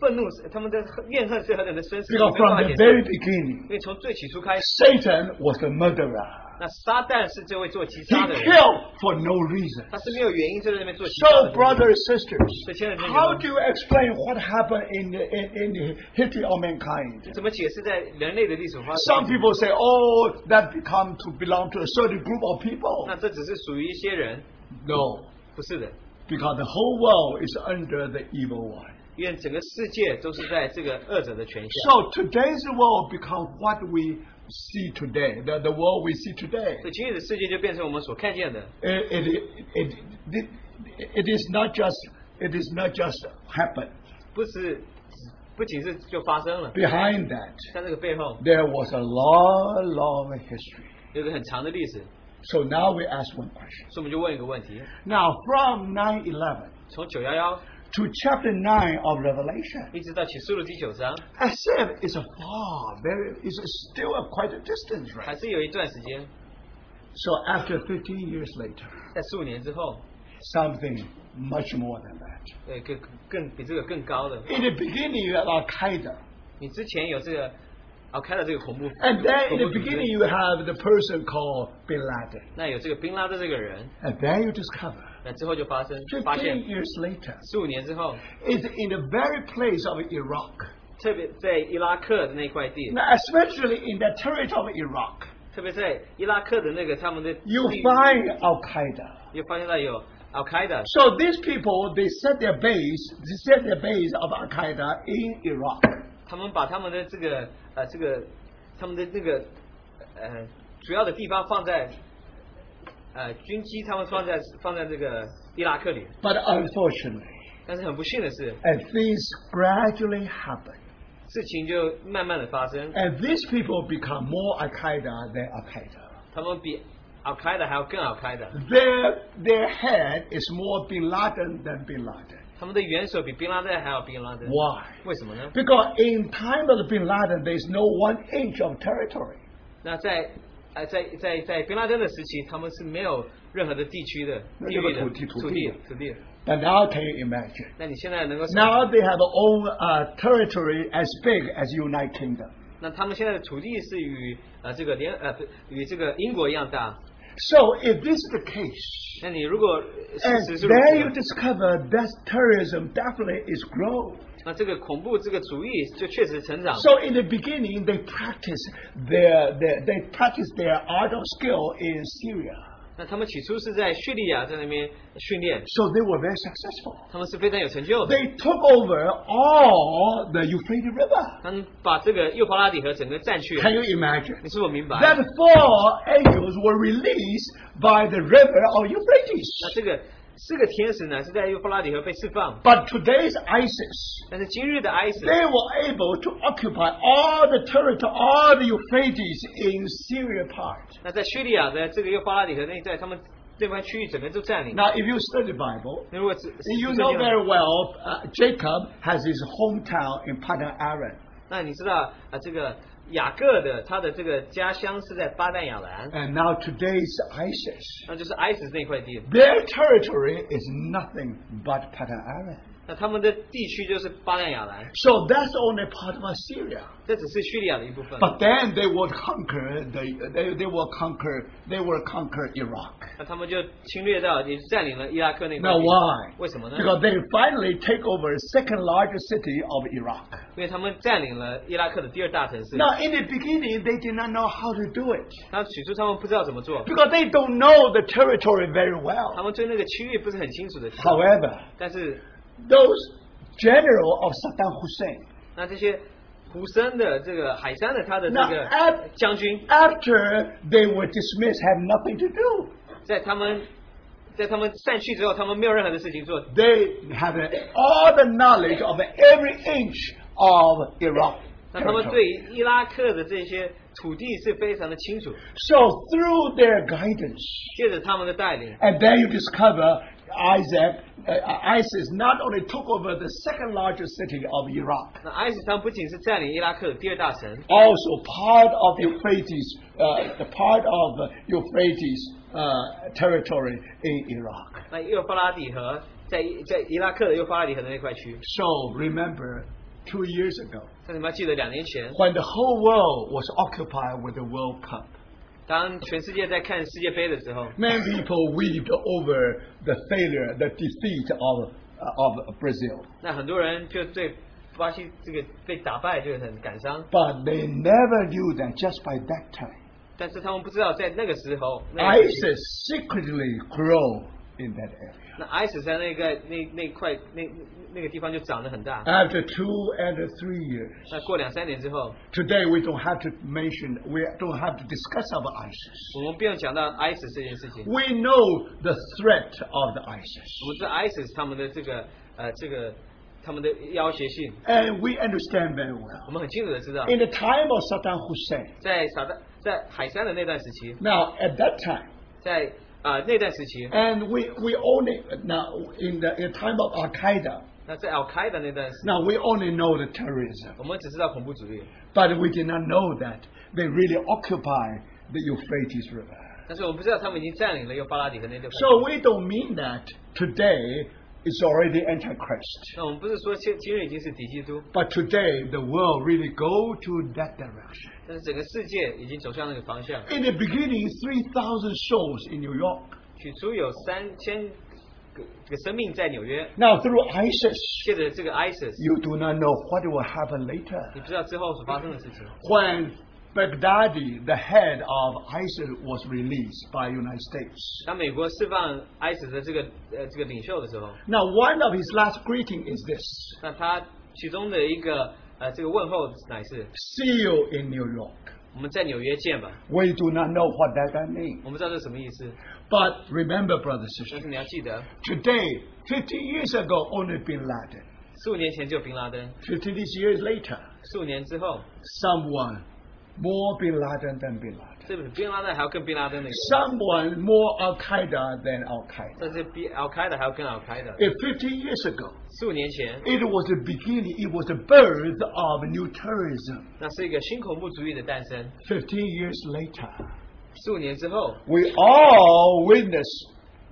[SPEAKER 2] 愤怒是，他们的恨怨恨是何等的深
[SPEAKER 1] Because
[SPEAKER 2] 深，没有
[SPEAKER 1] from
[SPEAKER 2] 办法
[SPEAKER 1] the
[SPEAKER 2] 解释
[SPEAKER 1] very。beginning,
[SPEAKER 2] 因为从最起初开始，
[SPEAKER 1] Satan was the murderer.
[SPEAKER 2] 那撒旦是这位做击
[SPEAKER 1] He
[SPEAKER 2] 杀的人，
[SPEAKER 1] killed for no reason.
[SPEAKER 2] 他是没有原因就在那边做击杀
[SPEAKER 1] So,
[SPEAKER 2] 的人。
[SPEAKER 1] brothers and sisters,
[SPEAKER 2] So, children,
[SPEAKER 1] how
[SPEAKER 2] you know.
[SPEAKER 1] do you explain what happened in the, in, in the history of mankind?
[SPEAKER 2] 怎么解释在人类的历史发
[SPEAKER 1] Some
[SPEAKER 2] 生？
[SPEAKER 1] people say, oh, that become to belong to a certain group of
[SPEAKER 2] 那
[SPEAKER 1] people.
[SPEAKER 2] 这只是属于一些人，
[SPEAKER 1] No,
[SPEAKER 2] 不是的，
[SPEAKER 1] because the whole world is under the evil one.
[SPEAKER 2] 因为整个世界都是在这个恶者的权下。
[SPEAKER 1] So today's world become what we see today, the, the world we see today.
[SPEAKER 2] 所以今日的世界就变成我们所看见的，
[SPEAKER 1] It, it, it, it, it is not just it is not just happen.
[SPEAKER 2] 不是不仅是就发生了，
[SPEAKER 1] Behind that,
[SPEAKER 2] 但这个背后
[SPEAKER 1] there was a long, long history.
[SPEAKER 2] 有一个很长的历史。
[SPEAKER 1] So now we ask one question.
[SPEAKER 2] 所以我们就问一个问题：
[SPEAKER 1] Now from 9/11
[SPEAKER 2] 从九幺幺
[SPEAKER 1] to chapter 9 of Revelation,
[SPEAKER 2] 一直到启示录第九章，
[SPEAKER 1] I said it's a far, very, it's still a, quite a distance,
[SPEAKER 2] 还
[SPEAKER 1] right?
[SPEAKER 2] 是有一段时间，
[SPEAKER 1] So after 15 years later,
[SPEAKER 2] 在数年之后，
[SPEAKER 1] something much more than that.
[SPEAKER 2] 呃，更更比这个更高的。
[SPEAKER 1] In the beginning, you have Al Qaeda.
[SPEAKER 2] 你之前有这个，啊，开了这个恐怖，
[SPEAKER 1] And then
[SPEAKER 2] 恐
[SPEAKER 1] in the
[SPEAKER 2] 怖组织
[SPEAKER 1] beginning, you have the person called Bin Laden.
[SPEAKER 2] 那有这个宾拉的这个人，
[SPEAKER 1] And then you discover
[SPEAKER 2] 那之后就发生发现
[SPEAKER 1] 15 years later,
[SPEAKER 2] 十五年之后，
[SPEAKER 1] is in the very place of Iraq.
[SPEAKER 2] 特别在伊拉克的那块地，
[SPEAKER 1] Now, especially in the territory of Iraq,
[SPEAKER 2] 特别在伊拉克的那个他们的
[SPEAKER 1] you
[SPEAKER 2] 地域
[SPEAKER 1] find Al Qaeda.
[SPEAKER 2] 又发现到有 Al Qaeda，
[SPEAKER 1] So these people, they set their base, they set their base of Al Qaeda in Iraq.
[SPEAKER 2] 他们把他们的这个呃这个他们的那个呃主要的地方放在呃军机，他们放在放在这个伊拉克里。
[SPEAKER 1] But uh, unfortunately,
[SPEAKER 2] 但是很不幸的是，
[SPEAKER 1] and things gradually happen.
[SPEAKER 2] 事情就慢慢的发生，
[SPEAKER 1] And these people become more Al Qaeda than Al Qaeda.
[SPEAKER 2] 他们比 Al Qaeda 还要更 Al Qaeda，
[SPEAKER 1] their their head is more Bin Laden than Bin Laden.
[SPEAKER 2] 他们的元首比宾拉登还要宾拉登。
[SPEAKER 1] Why?
[SPEAKER 2] 为什么呢？
[SPEAKER 1] Because in time of the Bin Laden, there is no one inch of territory.
[SPEAKER 2] 那在呃在在在宾拉登的时期，他们是没有任何的地区的
[SPEAKER 1] 那
[SPEAKER 2] 地
[SPEAKER 1] 就是
[SPEAKER 2] 域的
[SPEAKER 1] 土地土
[SPEAKER 2] 土
[SPEAKER 1] 地
[SPEAKER 2] 地土地。
[SPEAKER 1] But now, can you imagine?
[SPEAKER 2] 那你现在能够
[SPEAKER 1] Now they have their own uh, territory as big as United Kingdom.
[SPEAKER 2] 那他们现在的土地是与呃这个联呃不与这个英国一样大。
[SPEAKER 1] So if this is the case,
[SPEAKER 2] 那你如果呃事
[SPEAKER 1] and
[SPEAKER 2] 实是如
[SPEAKER 1] there you
[SPEAKER 2] 此，
[SPEAKER 1] discover that terrorism definitely is growing.
[SPEAKER 2] 那这个恐怖这个主义就确实成长。
[SPEAKER 1] So in the beginning, they practice their, their they practice their art of skill in Syria.
[SPEAKER 2] 那他们起初是在叙利亚在那边训练，
[SPEAKER 1] So they were very successful.
[SPEAKER 2] 他们是非常有成就的。
[SPEAKER 1] They took over all the Euphrates River.
[SPEAKER 2] 他们把这个幼发拉底河整个占去，
[SPEAKER 1] Can you imagine?
[SPEAKER 2] 你是否明白？
[SPEAKER 1] That four angels were released by the river of Euphrates.
[SPEAKER 2] 那这个四个天使呢是在幼发拉底河被释放，
[SPEAKER 1] But today's ISIS,
[SPEAKER 2] 但是今日的 ISIS，
[SPEAKER 1] they were able to occupy all the territory, all the Euphrates in Syria part.
[SPEAKER 2] 那在叙利亚的这个幼发拉底河那一带，他们那块区域整个都占领。
[SPEAKER 1] Now, if you study Bible,
[SPEAKER 2] 那如果只
[SPEAKER 1] you know very well uh, Jacob has his hometown in Paddan Aram.
[SPEAKER 2] 那你知道啊、呃这个雅各的他的这个家乡是在巴旦亚兰，
[SPEAKER 1] And now today is ISIS.
[SPEAKER 2] 那就是 ISIS 那块地，
[SPEAKER 1] Their territory is nothing but Padan Aram.
[SPEAKER 2] 那他们的地区就是巴旦亚兰，
[SPEAKER 1] So that's only part of Syria.
[SPEAKER 2] 这只是叙利亚的一部分。
[SPEAKER 1] But then they will conquer the, they, they will conquer they will conquer Iraq.
[SPEAKER 2] 那他们就侵略到，也占领了伊拉克那块
[SPEAKER 1] Now
[SPEAKER 2] 地。
[SPEAKER 1] why?
[SPEAKER 2] 为什么呢？
[SPEAKER 1] Because they finally take over the second largest city of Iraq.
[SPEAKER 2] 因为他们占领了伊拉克的第二大城市。
[SPEAKER 1] Now in the beginning they did not know how to do it.
[SPEAKER 2] 那起初他们不知道怎么做，
[SPEAKER 1] Because they don't know the territory very well.
[SPEAKER 2] 他们对那个区域不是很清楚的。
[SPEAKER 1] However,
[SPEAKER 2] 但是，
[SPEAKER 1] those general of Saddam Hussein
[SPEAKER 2] 那这些胡森的这个海山的他的这
[SPEAKER 1] 那
[SPEAKER 2] 个
[SPEAKER 1] 哎
[SPEAKER 2] 将军，
[SPEAKER 1] after they were dismissed have nothing to do.
[SPEAKER 2] 在他们在他们散去之后，他们没有任何的事情做，
[SPEAKER 1] They have all the knowledge of every inch of Iraq.
[SPEAKER 2] 那他们
[SPEAKER 1] territory.
[SPEAKER 2] 对于伊拉克的这些土地是非常的清楚。
[SPEAKER 1] So through their guidance,
[SPEAKER 2] 借着他们的带领，
[SPEAKER 1] and then you discover Isaac, uh, ISIS not only took over the second largest city of Iraq,
[SPEAKER 2] 那 ISIS 他们不仅是占领伊拉克的第二大城，
[SPEAKER 1] also part of Euphrates, uh, the part of uh, Euphrates uh, territory in Iraq.
[SPEAKER 2] 那幼发拉底河在伊在伊拉克的幼发拉底河的那块区。
[SPEAKER 1] So remember, two years ago,
[SPEAKER 2] 但你们要记得，两年前，
[SPEAKER 1] when the whole world was occupied with the World Cup,
[SPEAKER 2] 当全世界在看世界杯的时候，
[SPEAKER 1] many people wept over the failure, the defeat of, uh, of Brazil.
[SPEAKER 2] 那很多人就对巴西这个被打败就很感伤，
[SPEAKER 1] But they never knew that just by that time.
[SPEAKER 2] 但是他们不知道在那个时候，那个时期
[SPEAKER 1] ISIS secretly grow in that area.
[SPEAKER 2] 那 ISIS 在那个那那块那那个地方就长得很大。
[SPEAKER 1] After two and three years,
[SPEAKER 2] 那过两三年之后，
[SPEAKER 1] today we don't have to mention, we don't have to discuss about ISIS.
[SPEAKER 2] 我们不用讲到 ISIS 这件事情，
[SPEAKER 1] We know the threat of the ISIS,
[SPEAKER 2] 我们知道 ISIS 他们的这个呃这个他们的要挟性，
[SPEAKER 1] and we understand very
[SPEAKER 2] 我
[SPEAKER 1] well.
[SPEAKER 2] 们很清楚的知道，
[SPEAKER 1] In the time of Saddam Hussein,
[SPEAKER 2] 在撒旦在海山的那段时期，
[SPEAKER 1] now at that time,
[SPEAKER 2] 在啊、呃那段时期，
[SPEAKER 1] and we we only now in the, in the time of Al Qaeda,
[SPEAKER 2] 那在 Al Qaeda 那段时，
[SPEAKER 1] now we only know the terrorism,
[SPEAKER 2] 我们只知道恐怖主义，
[SPEAKER 1] but we did not know that they really occupy the Euphrates River.
[SPEAKER 2] 但是我们不知道他们已经占领了幼发拉底河那地方。
[SPEAKER 1] So we don't mean that today is already antichrist.
[SPEAKER 2] 那我们不是说今今日已经是敌基督，
[SPEAKER 1] But today the world really go to that direction.
[SPEAKER 2] 但是整个世界已经走向那个方向。
[SPEAKER 1] In the beginning, 3,000 souls in New York.
[SPEAKER 2] 起初有三千个这个生命在纽约，
[SPEAKER 1] Now through ISIS,
[SPEAKER 2] 借着这个 ISIS，
[SPEAKER 1] you do not know what will happen later.
[SPEAKER 2] 你不知道之后所发生的事情。
[SPEAKER 1] When Baghdadi, the head of ISIS, was released by United States.
[SPEAKER 2] 当美国释放 ISIS 的这个呃这个领袖的时候，
[SPEAKER 1] Now one of his last greeting is this.
[SPEAKER 2] 那他其中的一个呃这个问候乃是
[SPEAKER 1] See you in New York.
[SPEAKER 2] “我们在纽约见吧
[SPEAKER 1] We do not know what that, that means. ”。
[SPEAKER 2] 我们知道这什么意思，
[SPEAKER 1] But remember, brothers and
[SPEAKER 2] 但
[SPEAKER 1] sisters,
[SPEAKER 2] 是你要记得，
[SPEAKER 1] Today, 50 years ago, only Bin Laden.
[SPEAKER 2] 十五年前就有宾拉登，
[SPEAKER 1] 50 these years later,
[SPEAKER 2] 十五年之后，
[SPEAKER 1] someone more Bin Laden than Bin Laden.
[SPEAKER 2] 这比宾拉登还要更宾拉登的，
[SPEAKER 1] Someone more Al Qaeda than Al Qaeda.
[SPEAKER 2] 甚至比 Al Qaeda 还要更 Al Qaeda。
[SPEAKER 1] If 50 years ago,
[SPEAKER 2] 十五年前，
[SPEAKER 1] it was the beginning, it was the birth of new terrorism.
[SPEAKER 2] 那是一个新恐怖主义的诞生。
[SPEAKER 1] 15 years later,
[SPEAKER 2] 十五年之后，
[SPEAKER 1] we all witness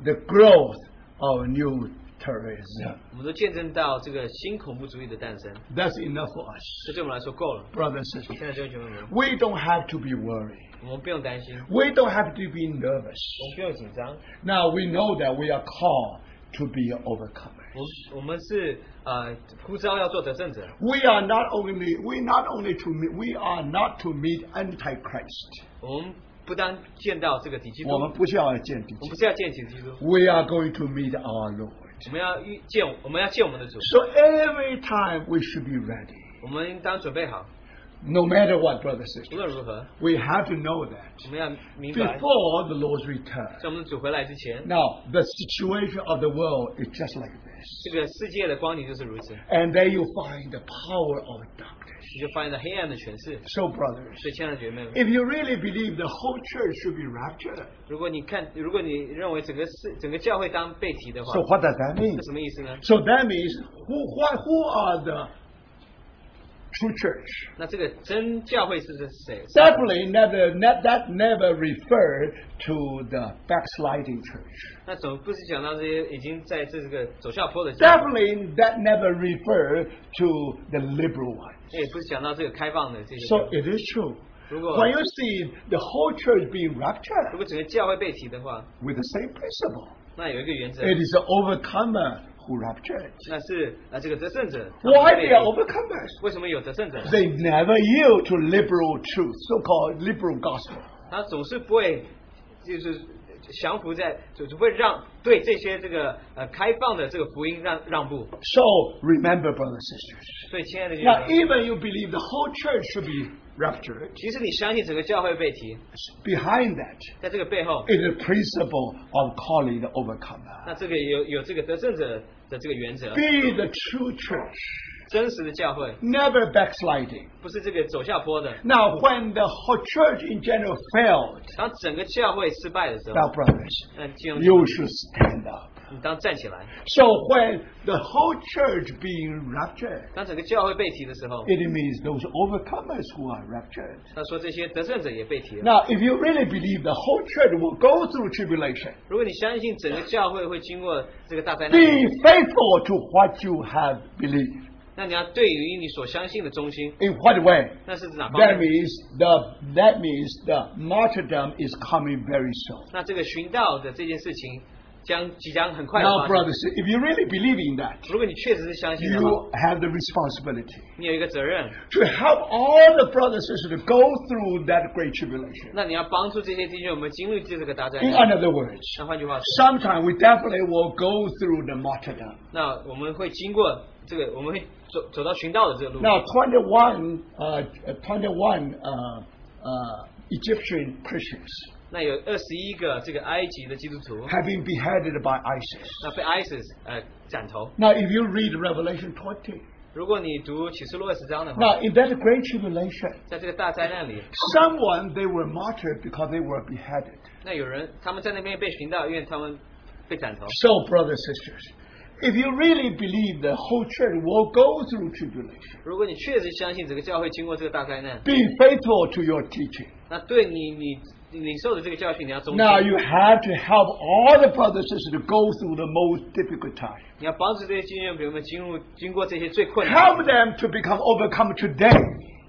[SPEAKER 1] the growth of new terrorism.
[SPEAKER 2] 我们都见证到这个新恐怖主义的诞生，
[SPEAKER 1] That's enough for us,
[SPEAKER 2] 这对我们来说够了。
[SPEAKER 1] brothers and sisters.
[SPEAKER 2] 现在弟兄姐妹们，
[SPEAKER 1] We don't have to be worried.
[SPEAKER 2] 我们不用担心，我
[SPEAKER 1] We don't have to be nervous.
[SPEAKER 2] 们不用紧张，
[SPEAKER 1] Now we know that we are called to be overcomers.
[SPEAKER 2] 我们我们是呃呼召要做得胜者，
[SPEAKER 1] We are not only we not only to meet, we are not to meet antichrist.
[SPEAKER 2] 我们不当见到这个敌基督，我们
[SPEAKER 1] 我们不是要见敌，
[SPEAKER 2] 不是要见敌基督，
[SPEAKER 1] We are going to meet our Lord.
[SPEAKER 2] 我们要遇见我们要见我们的主，
[SPEAKER 1] So every time we should be ready,
[SPEAKER 2] 我们应当准备好，
[SPEAKER 1] no matter what, brother
[SPEAKER 2] 无
[SPEAKER 1] sister.
[SPEAKER 2] 论如何，
[SPEAKER 1] We have to know that
[SPEAKER 2] 我们要明白，在
[SPEAKER 1] before the Lord's return.
[SPEAKER 2] 我们的主回来之前，
[SPEAKER 1] Now the situation of the world is just like this,
[SPEAKER 2] 这个世界的光景就是如此，你
[SPEAKER 1] and there you find the power of darkness.
[SPEAKER 2] 就发现了黑暗的权势。
[SPEAKER 1] So brothers,
[SPEAKER 2] 所以，亲爱的姐妹们，
[SPEAKER 1] if you really believe the whole church should be raptured.
[SPEAKER 2] 如果你看，如果你认为整个世整个教会当被提的话
[SPEAKER 1] So，what does that mean?
[SPEAKER 2] 是什么意思呢？
[SPEAKER 1] So that means who what, who are the true church.
[SPEAKER 2] 那这个真教会是是谁？
[SPEAKER 1] Definitely never, ne- that never referred to the backsliding church.
[SPEAKER 2] 那总不是讲到这些已经在这个走下坡的教会，
[SPEAKER 1] Definitely that never referred to the liberal one.
[SPEAKER 2] 也不是讲到这个开放的这些教
[SPEAKER 1] So
[SPEAKER 2] 会。
[SPEAKER 1] it is true.
[SPEAKER 2] 如果
[SPEAKER 1] When you see the whole church being
[SPEAKER 2] 如
[SPEAKER 1] raptured
[SPEAKER 2] 果整个教会被提的话，
[SPEAKER 1] with the same principle,
[SPEAKER 2] 那有一个原则，
[SPEAKER 1] it is the overcomer who raptured.
[SPEAKER 2] 那是啊这个得胜者。他们
[SPEAKER 1] Why
[SPEAKER 2] 被
[SPEAKER 1] they are
[SPEAKER 2] 提
[SPEAKER 1] overcomers?
[SPEAKER 2] 为什么有得胜者呢？
[SPEAKER 1] They never yield to liberal truth, so-called liberal gospel.
[SPEAKER 2] 他总是不会就是降服在，就是不会让对这些这个呃开放的这个福音让让步。
[SPEAKER 1] So remember, brothers and sisters.
[SPEAKER 2] 所以，亲爱的弟兄
[SPEAKER 1] Now,
[SPEAKER 2] 们，
[SPEAKER 1] even you believe the whole church should be raptured,
[SPEAKER 2] 即使你相信整个教会被提，
[SPEAKER 1] behind that
[SPEAKER 2] 在这个背后，
[SPEAKER 1] is the principle of calling the overcomer.
[SPEAKER 2] 那这个有有这个得胜者的这个原则，
[SPEAKER 1] Be the true church,
[SPEAKER 2] 真实的教会
[SPEAKER 1] never backsliding.
[SPEAKER 2] 不是这个走下坡的。
[SPEAKER 1] Now, when the whole church in general failed,
[SPEAKER 2] 当整个教会失败的时候，
[SPEAKER 1] now, brothers,
[SPEAKER 2] 那弟兄，
[SPEAKER 1] you should stand up.
[SPEAKER 2] 你当站起来。
[SPEAKER 1] So when the whole church being raptured,
[SPEAKER 2] 当整个教会被提的时候，
[SPEAKER 1] it means those overcomers who are raptured.
[SPEAKER 2] 他说这些得胜者也被提了。
[SPEAKER 1] Now, if you really believe the whole church will go through tribulation,
[SPEAKER 2] 如果你相信整个教会会经过这个大灾难，
[SPEAKER 1] be faithful to what you have believed.
[SPEAKER 2] 那你要对于你所相信的忠心，
[SPEAKER 1] In what way?
[SPEAKER 2] 那是指哪方
[SPEAKER 1] That
[SPEAKER 2] 面？
[SPEAKER 1] means the that means the martyrdom is coming very soon.
[SPEAKER 2] 那这个寻道的这件事情将即将很快的
[SPEAKER 1] Now,
[SPEAKER 2] 发生。
[SPEAKER 1] brothers, if you really believe in that,
[SPEAKER 2] 如果你确实是相信的话，
[SPEAKER 1] you have the responsibility
[SPEAKER 2] 你有一个责任，
[SPEAKER 1] to help all the brothers and sisters to go through that great tribulation.
[SPEAKER 2] 那你要帮助这些弟兄们经历这个大灾
[SPEAKER 1] In
[SPEAKER 2] 难。
[SPEAKER 1] other words,
[SPEAKER 2] 那换句话说，
[SPEAKER 1] sometime we definitely will go through the martyrdom.
[SPEAKER 2] 那我们会经过这个，我们会走走到寻道的这个路。
[SPEAKER 1] Now, 21, uh, uh, 21 uh, uh, Egyptian Christians
[SPEAKER 2] 那有二十一个这个埃及的基督徒，
[SPEAKER 1] have been beheaded by ISIS.
[SPEAKER 2] 那被 ISIS 呃斩头。
[SPEAKER 1] Now, if you read Revelation 20,
[SPEAKER 2] 如果你读启示录二十章的话，
[SPEAKER 1] now in that great tribulation,
[SPEAKER 2] 在这个大灾难里，
[SPEAKER 1] someone they were martyred because they were beheaded.
[SPEAKER 2] 那有人他们在那边被寻到，因为他们被斩头。
[SPEAKER 1] So, brothers and sisters, if you really believe the whole church will go through tribulation,
[SPEAKER 2] 如果你确实相信整个教会经过这个大灾难，
[SPEAKER 1] be faithful to your teaching.
[SPEAKER 2] 那对你你你领受的这个教训，你要忠
[SPEAKER 1] Now
[SPEAKER 2] 心，
[SPEAKER 1] you have to help all the brothers and sisters to go through the most difficult time.
[SPEAKER 2] 你要帮助这些经验朋友们进入经过这些最困难
[SPEAKER 1] Help，them to become overcome today.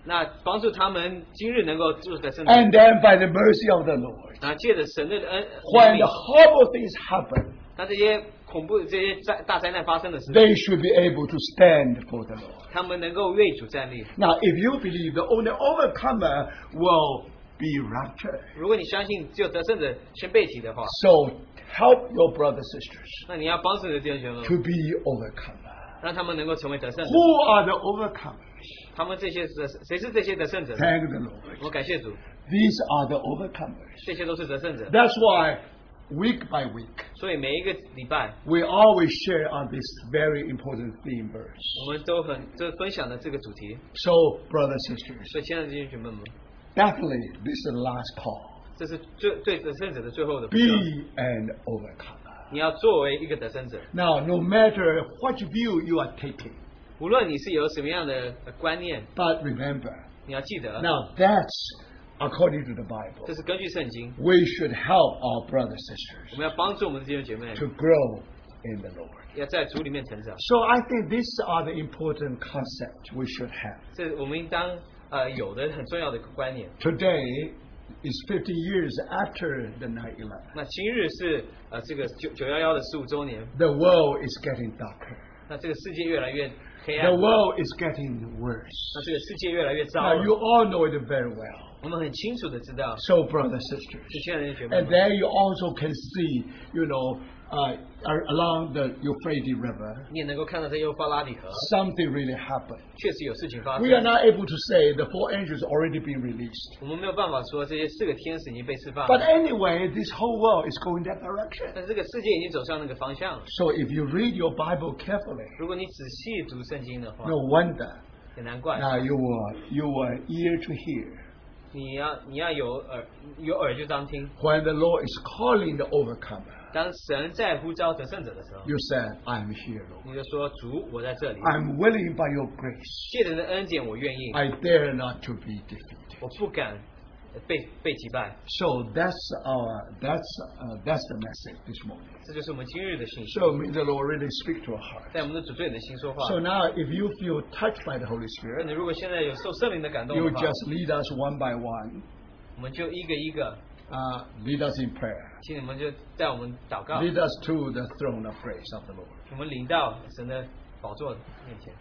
[SPEAKER 2] 那帮助他们今日能够住在圣城，
[SPEAKER 1] And then by the mercy of the Lord,
[SPEAKER 2] 那借着神的恩，
[SPEAKER 1] when
[SPEAKER 2] 怜悯
[SPEAKER 1] the horrible things happen,
[SPEAKER 2] 那这些恐怖这些灾大灾难发生的时候，
[SPEAKER 1] they should be able to stand for the Lord.
[SPEAKER 2] 他们能够为主站立。
[SPEAKER 1] Now, if you believe the only overcomer will be raptured,
[SPEAKER 2] 如果你相信只有得胜者先被提的话，
[SPEAKER 1] so help your brothers and sisters
[SPEAKER 2] 那你要帮助你的弟兄姐妹们，
[SPEAKER 1] to be overcomer.
[SPEAKER 2] 让他们能够成为得胜者。
[SPEAKER 1] Who are the overcomers?
[SPEAKER 2] 他们这些得谁是这些得胜者呢？
[SPEAKER 1] Thank the
[SPEAKER 2] 我
[SPEAKER 1] Lord.
[SPEAKER 2] 感谢主，
[SPEAKER 1] These are the overcomers.
[SPEAKER 2] 这些都是得胜者。
[SPEAKER 1] That's why week by week
[SPEAKER 2] 所以每一个礼拜，
[SPEAKER 1] we always share on this very important theme verse.
[SPEAKER 2] 我们都很就分享的这个主题。
[SPEAKER 1] So, brothers and sisters,
[SPEAKER 2] 所以，亲爱的弟兄姐妹们，
[SPEAKER 1] definitely this is the last call.
[SPEAKER 2] 这是最对得胜者的最后的呼召
[SPEAKER 1] be an overcomer.
[SPEAKER 2] 你要作为一个得胜者，
[SPEAKER 1] Now, no matter what view you are taking,
[SPEAKER 2] 无论你是有什么样的呃观念，
[SPEAKER 1] but remember,
[SPEAKER 2] 你要记得，
[SPEAKER 1] now that's according to the Bible.
[SPEAKER 2] 这是根据圣经，
[SPEAKER 1] We should help our brothers and
[SPEAKER 2] 我
[SPEAKER 1] sisters
[SPEAKER 2] 们要帮助我们的弟兄姐妹，
[SPEAKER 1] to grow in the Lord.
[SPEAKER 2] 要在主里面成长。
[SPEAKER 1] So I think these are the important concepts we should have.
[SPEAKER 2] 这我们应当呃有的很重要的一个观念。
[SPEAKER 1] Today is 50 years after the 9/11.
[SPEAKER 2] 那今日是呃这个九九幺幺的十五周年，
[SPEAKER 1] The world is getting darker.
[SPEAKER 2] 那这个世界越来越黑暗
[SPEAKER 1] The，world is getting worse.
[SPEAKER 2] 那这个世界越来越糟
[SPEAKER 1] Now,
[SPEAKER 2] 了
[SPEAKER 1] you all know it very well.
[SPEAKER 2] 我们很清楚的知道，
[SPEAKER 1] So, brothers and sisters,
[SPEAKER 2] 是亲爱的弟兄姐妹
[SPEAKER 1] And
[SPEAKER 2] 们，
[SPEAKER 1] there you also can see, you know, uh, ar- along the Euphrates River,
[SPEAKER 2] 你也能够看到在幼发拉底河
[SPEAKER 1] something really happened.
[SPEAKER 2] 确实有事情发生
[SPEAKER 1] We。are not able to say the four angels already been released.
[SPEAKER 2] 我们没有办法说这些四个天使已经被释放
[SPEAKER 1] But
[SPEAKER 2] 了，
[SPEAKER 1] anyway, this whole world is going that direction.
[SPEAKER 2] 但这个世界已经走向那个方向了。
[SPEAKER 1] So if you read your Bible carefully,
[SPEAKER 2] 如果你仔细读圣经的话，
[SPEAKER 1] no wonder
[SPEAKER 2] 也难怪
[SPEAKER 1] now you were you were ear to hear
[SPEAKER 2] 你要你要有耳有耳就当听。
[SPEAKER 1] when the Lord is calling the overcomer.
[SPEAKER 2] 当神在呼召得胜者的时候，
[SPEAKER 1] You said, I'm here, Lord.
[SPEAKER 2] 你就说主，我在这里，
[SPEAKER 1] I'm willing by your grace.
[SPEAKER 2] 借着你的恩典，我愿意，
[SPEAKER 1] I dare not to be defeated.
[SPEAKER 2] 我不敢呃被被击败。
[SPEAKER 1] So that's our that's uh, that's the message this morning.
[SPEAKER 2] 这就是我们今日的信息，
[SPEAKER 1] So may the Lord really speak to our heart.
[SPEAKER 2] 在我们的主对你的心说话。
[SPEAKER 1] So now, if you feel touched by the Holy
[SPEAKER 2] 那你
[SPEAKER 1] Spirit,
[SPEAKER 2] 如果现在有受圣灵的感动
[SPEAKER 1] you
[SPEAKER 2] 的话，
[SPEAKER 1] just lead us one by one.
[SPEAKER 2] 我们就一个一个，
[SPEAKER 1] Uh, lead us in prayer.
[SPEAKER 2] 请你们就带我们祷告，
[SPEAKER 1] Lead us to the throne of grace of the Lord.
[SPEAKER 2] 我们领到神的宝座面前。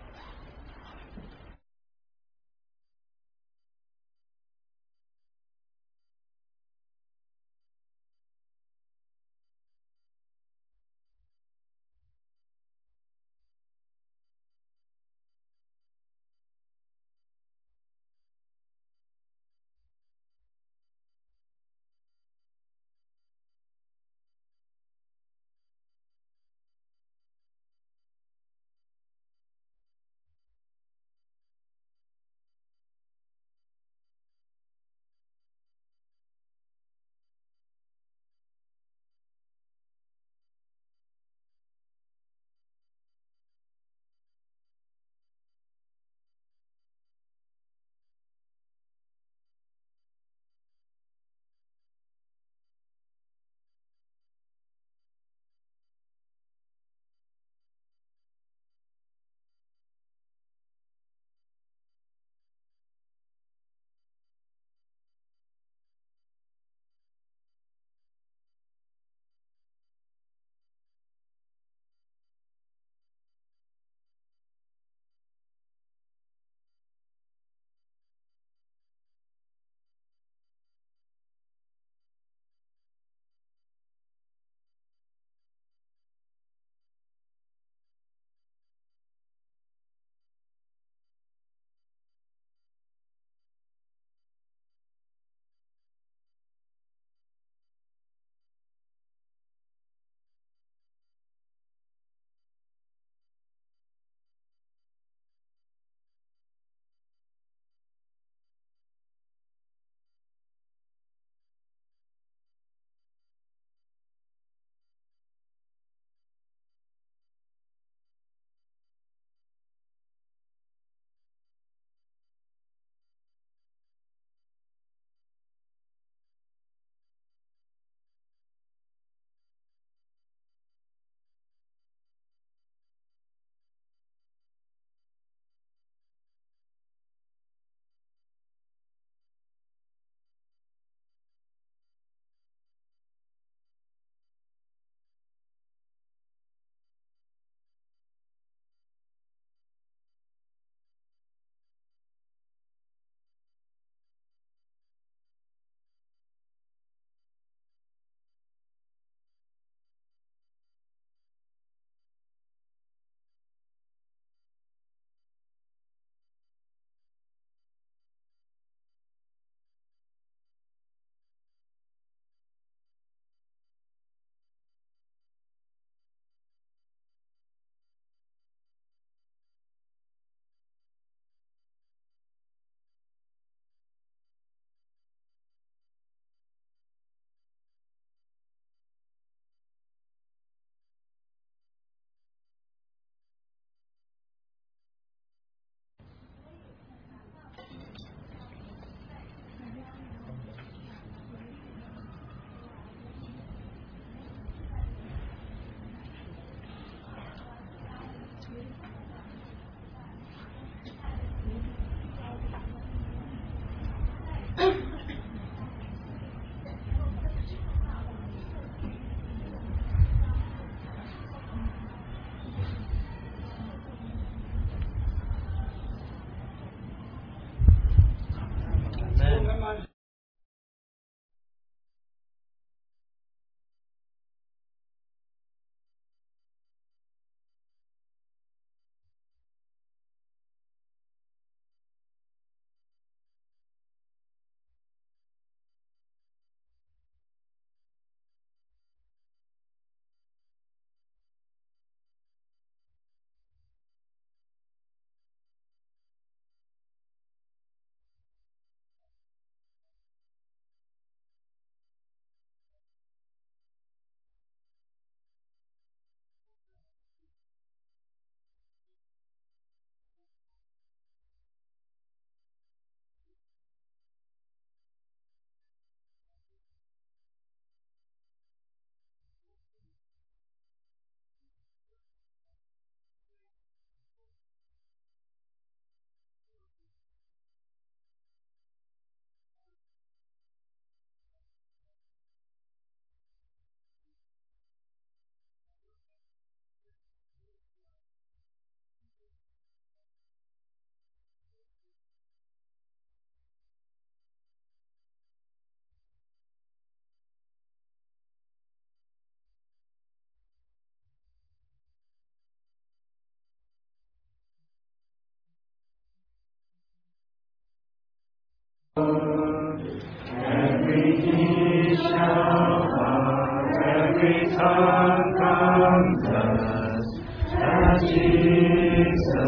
[SPEAKER 3] Every knee shall bow, every tongue confess that Jesus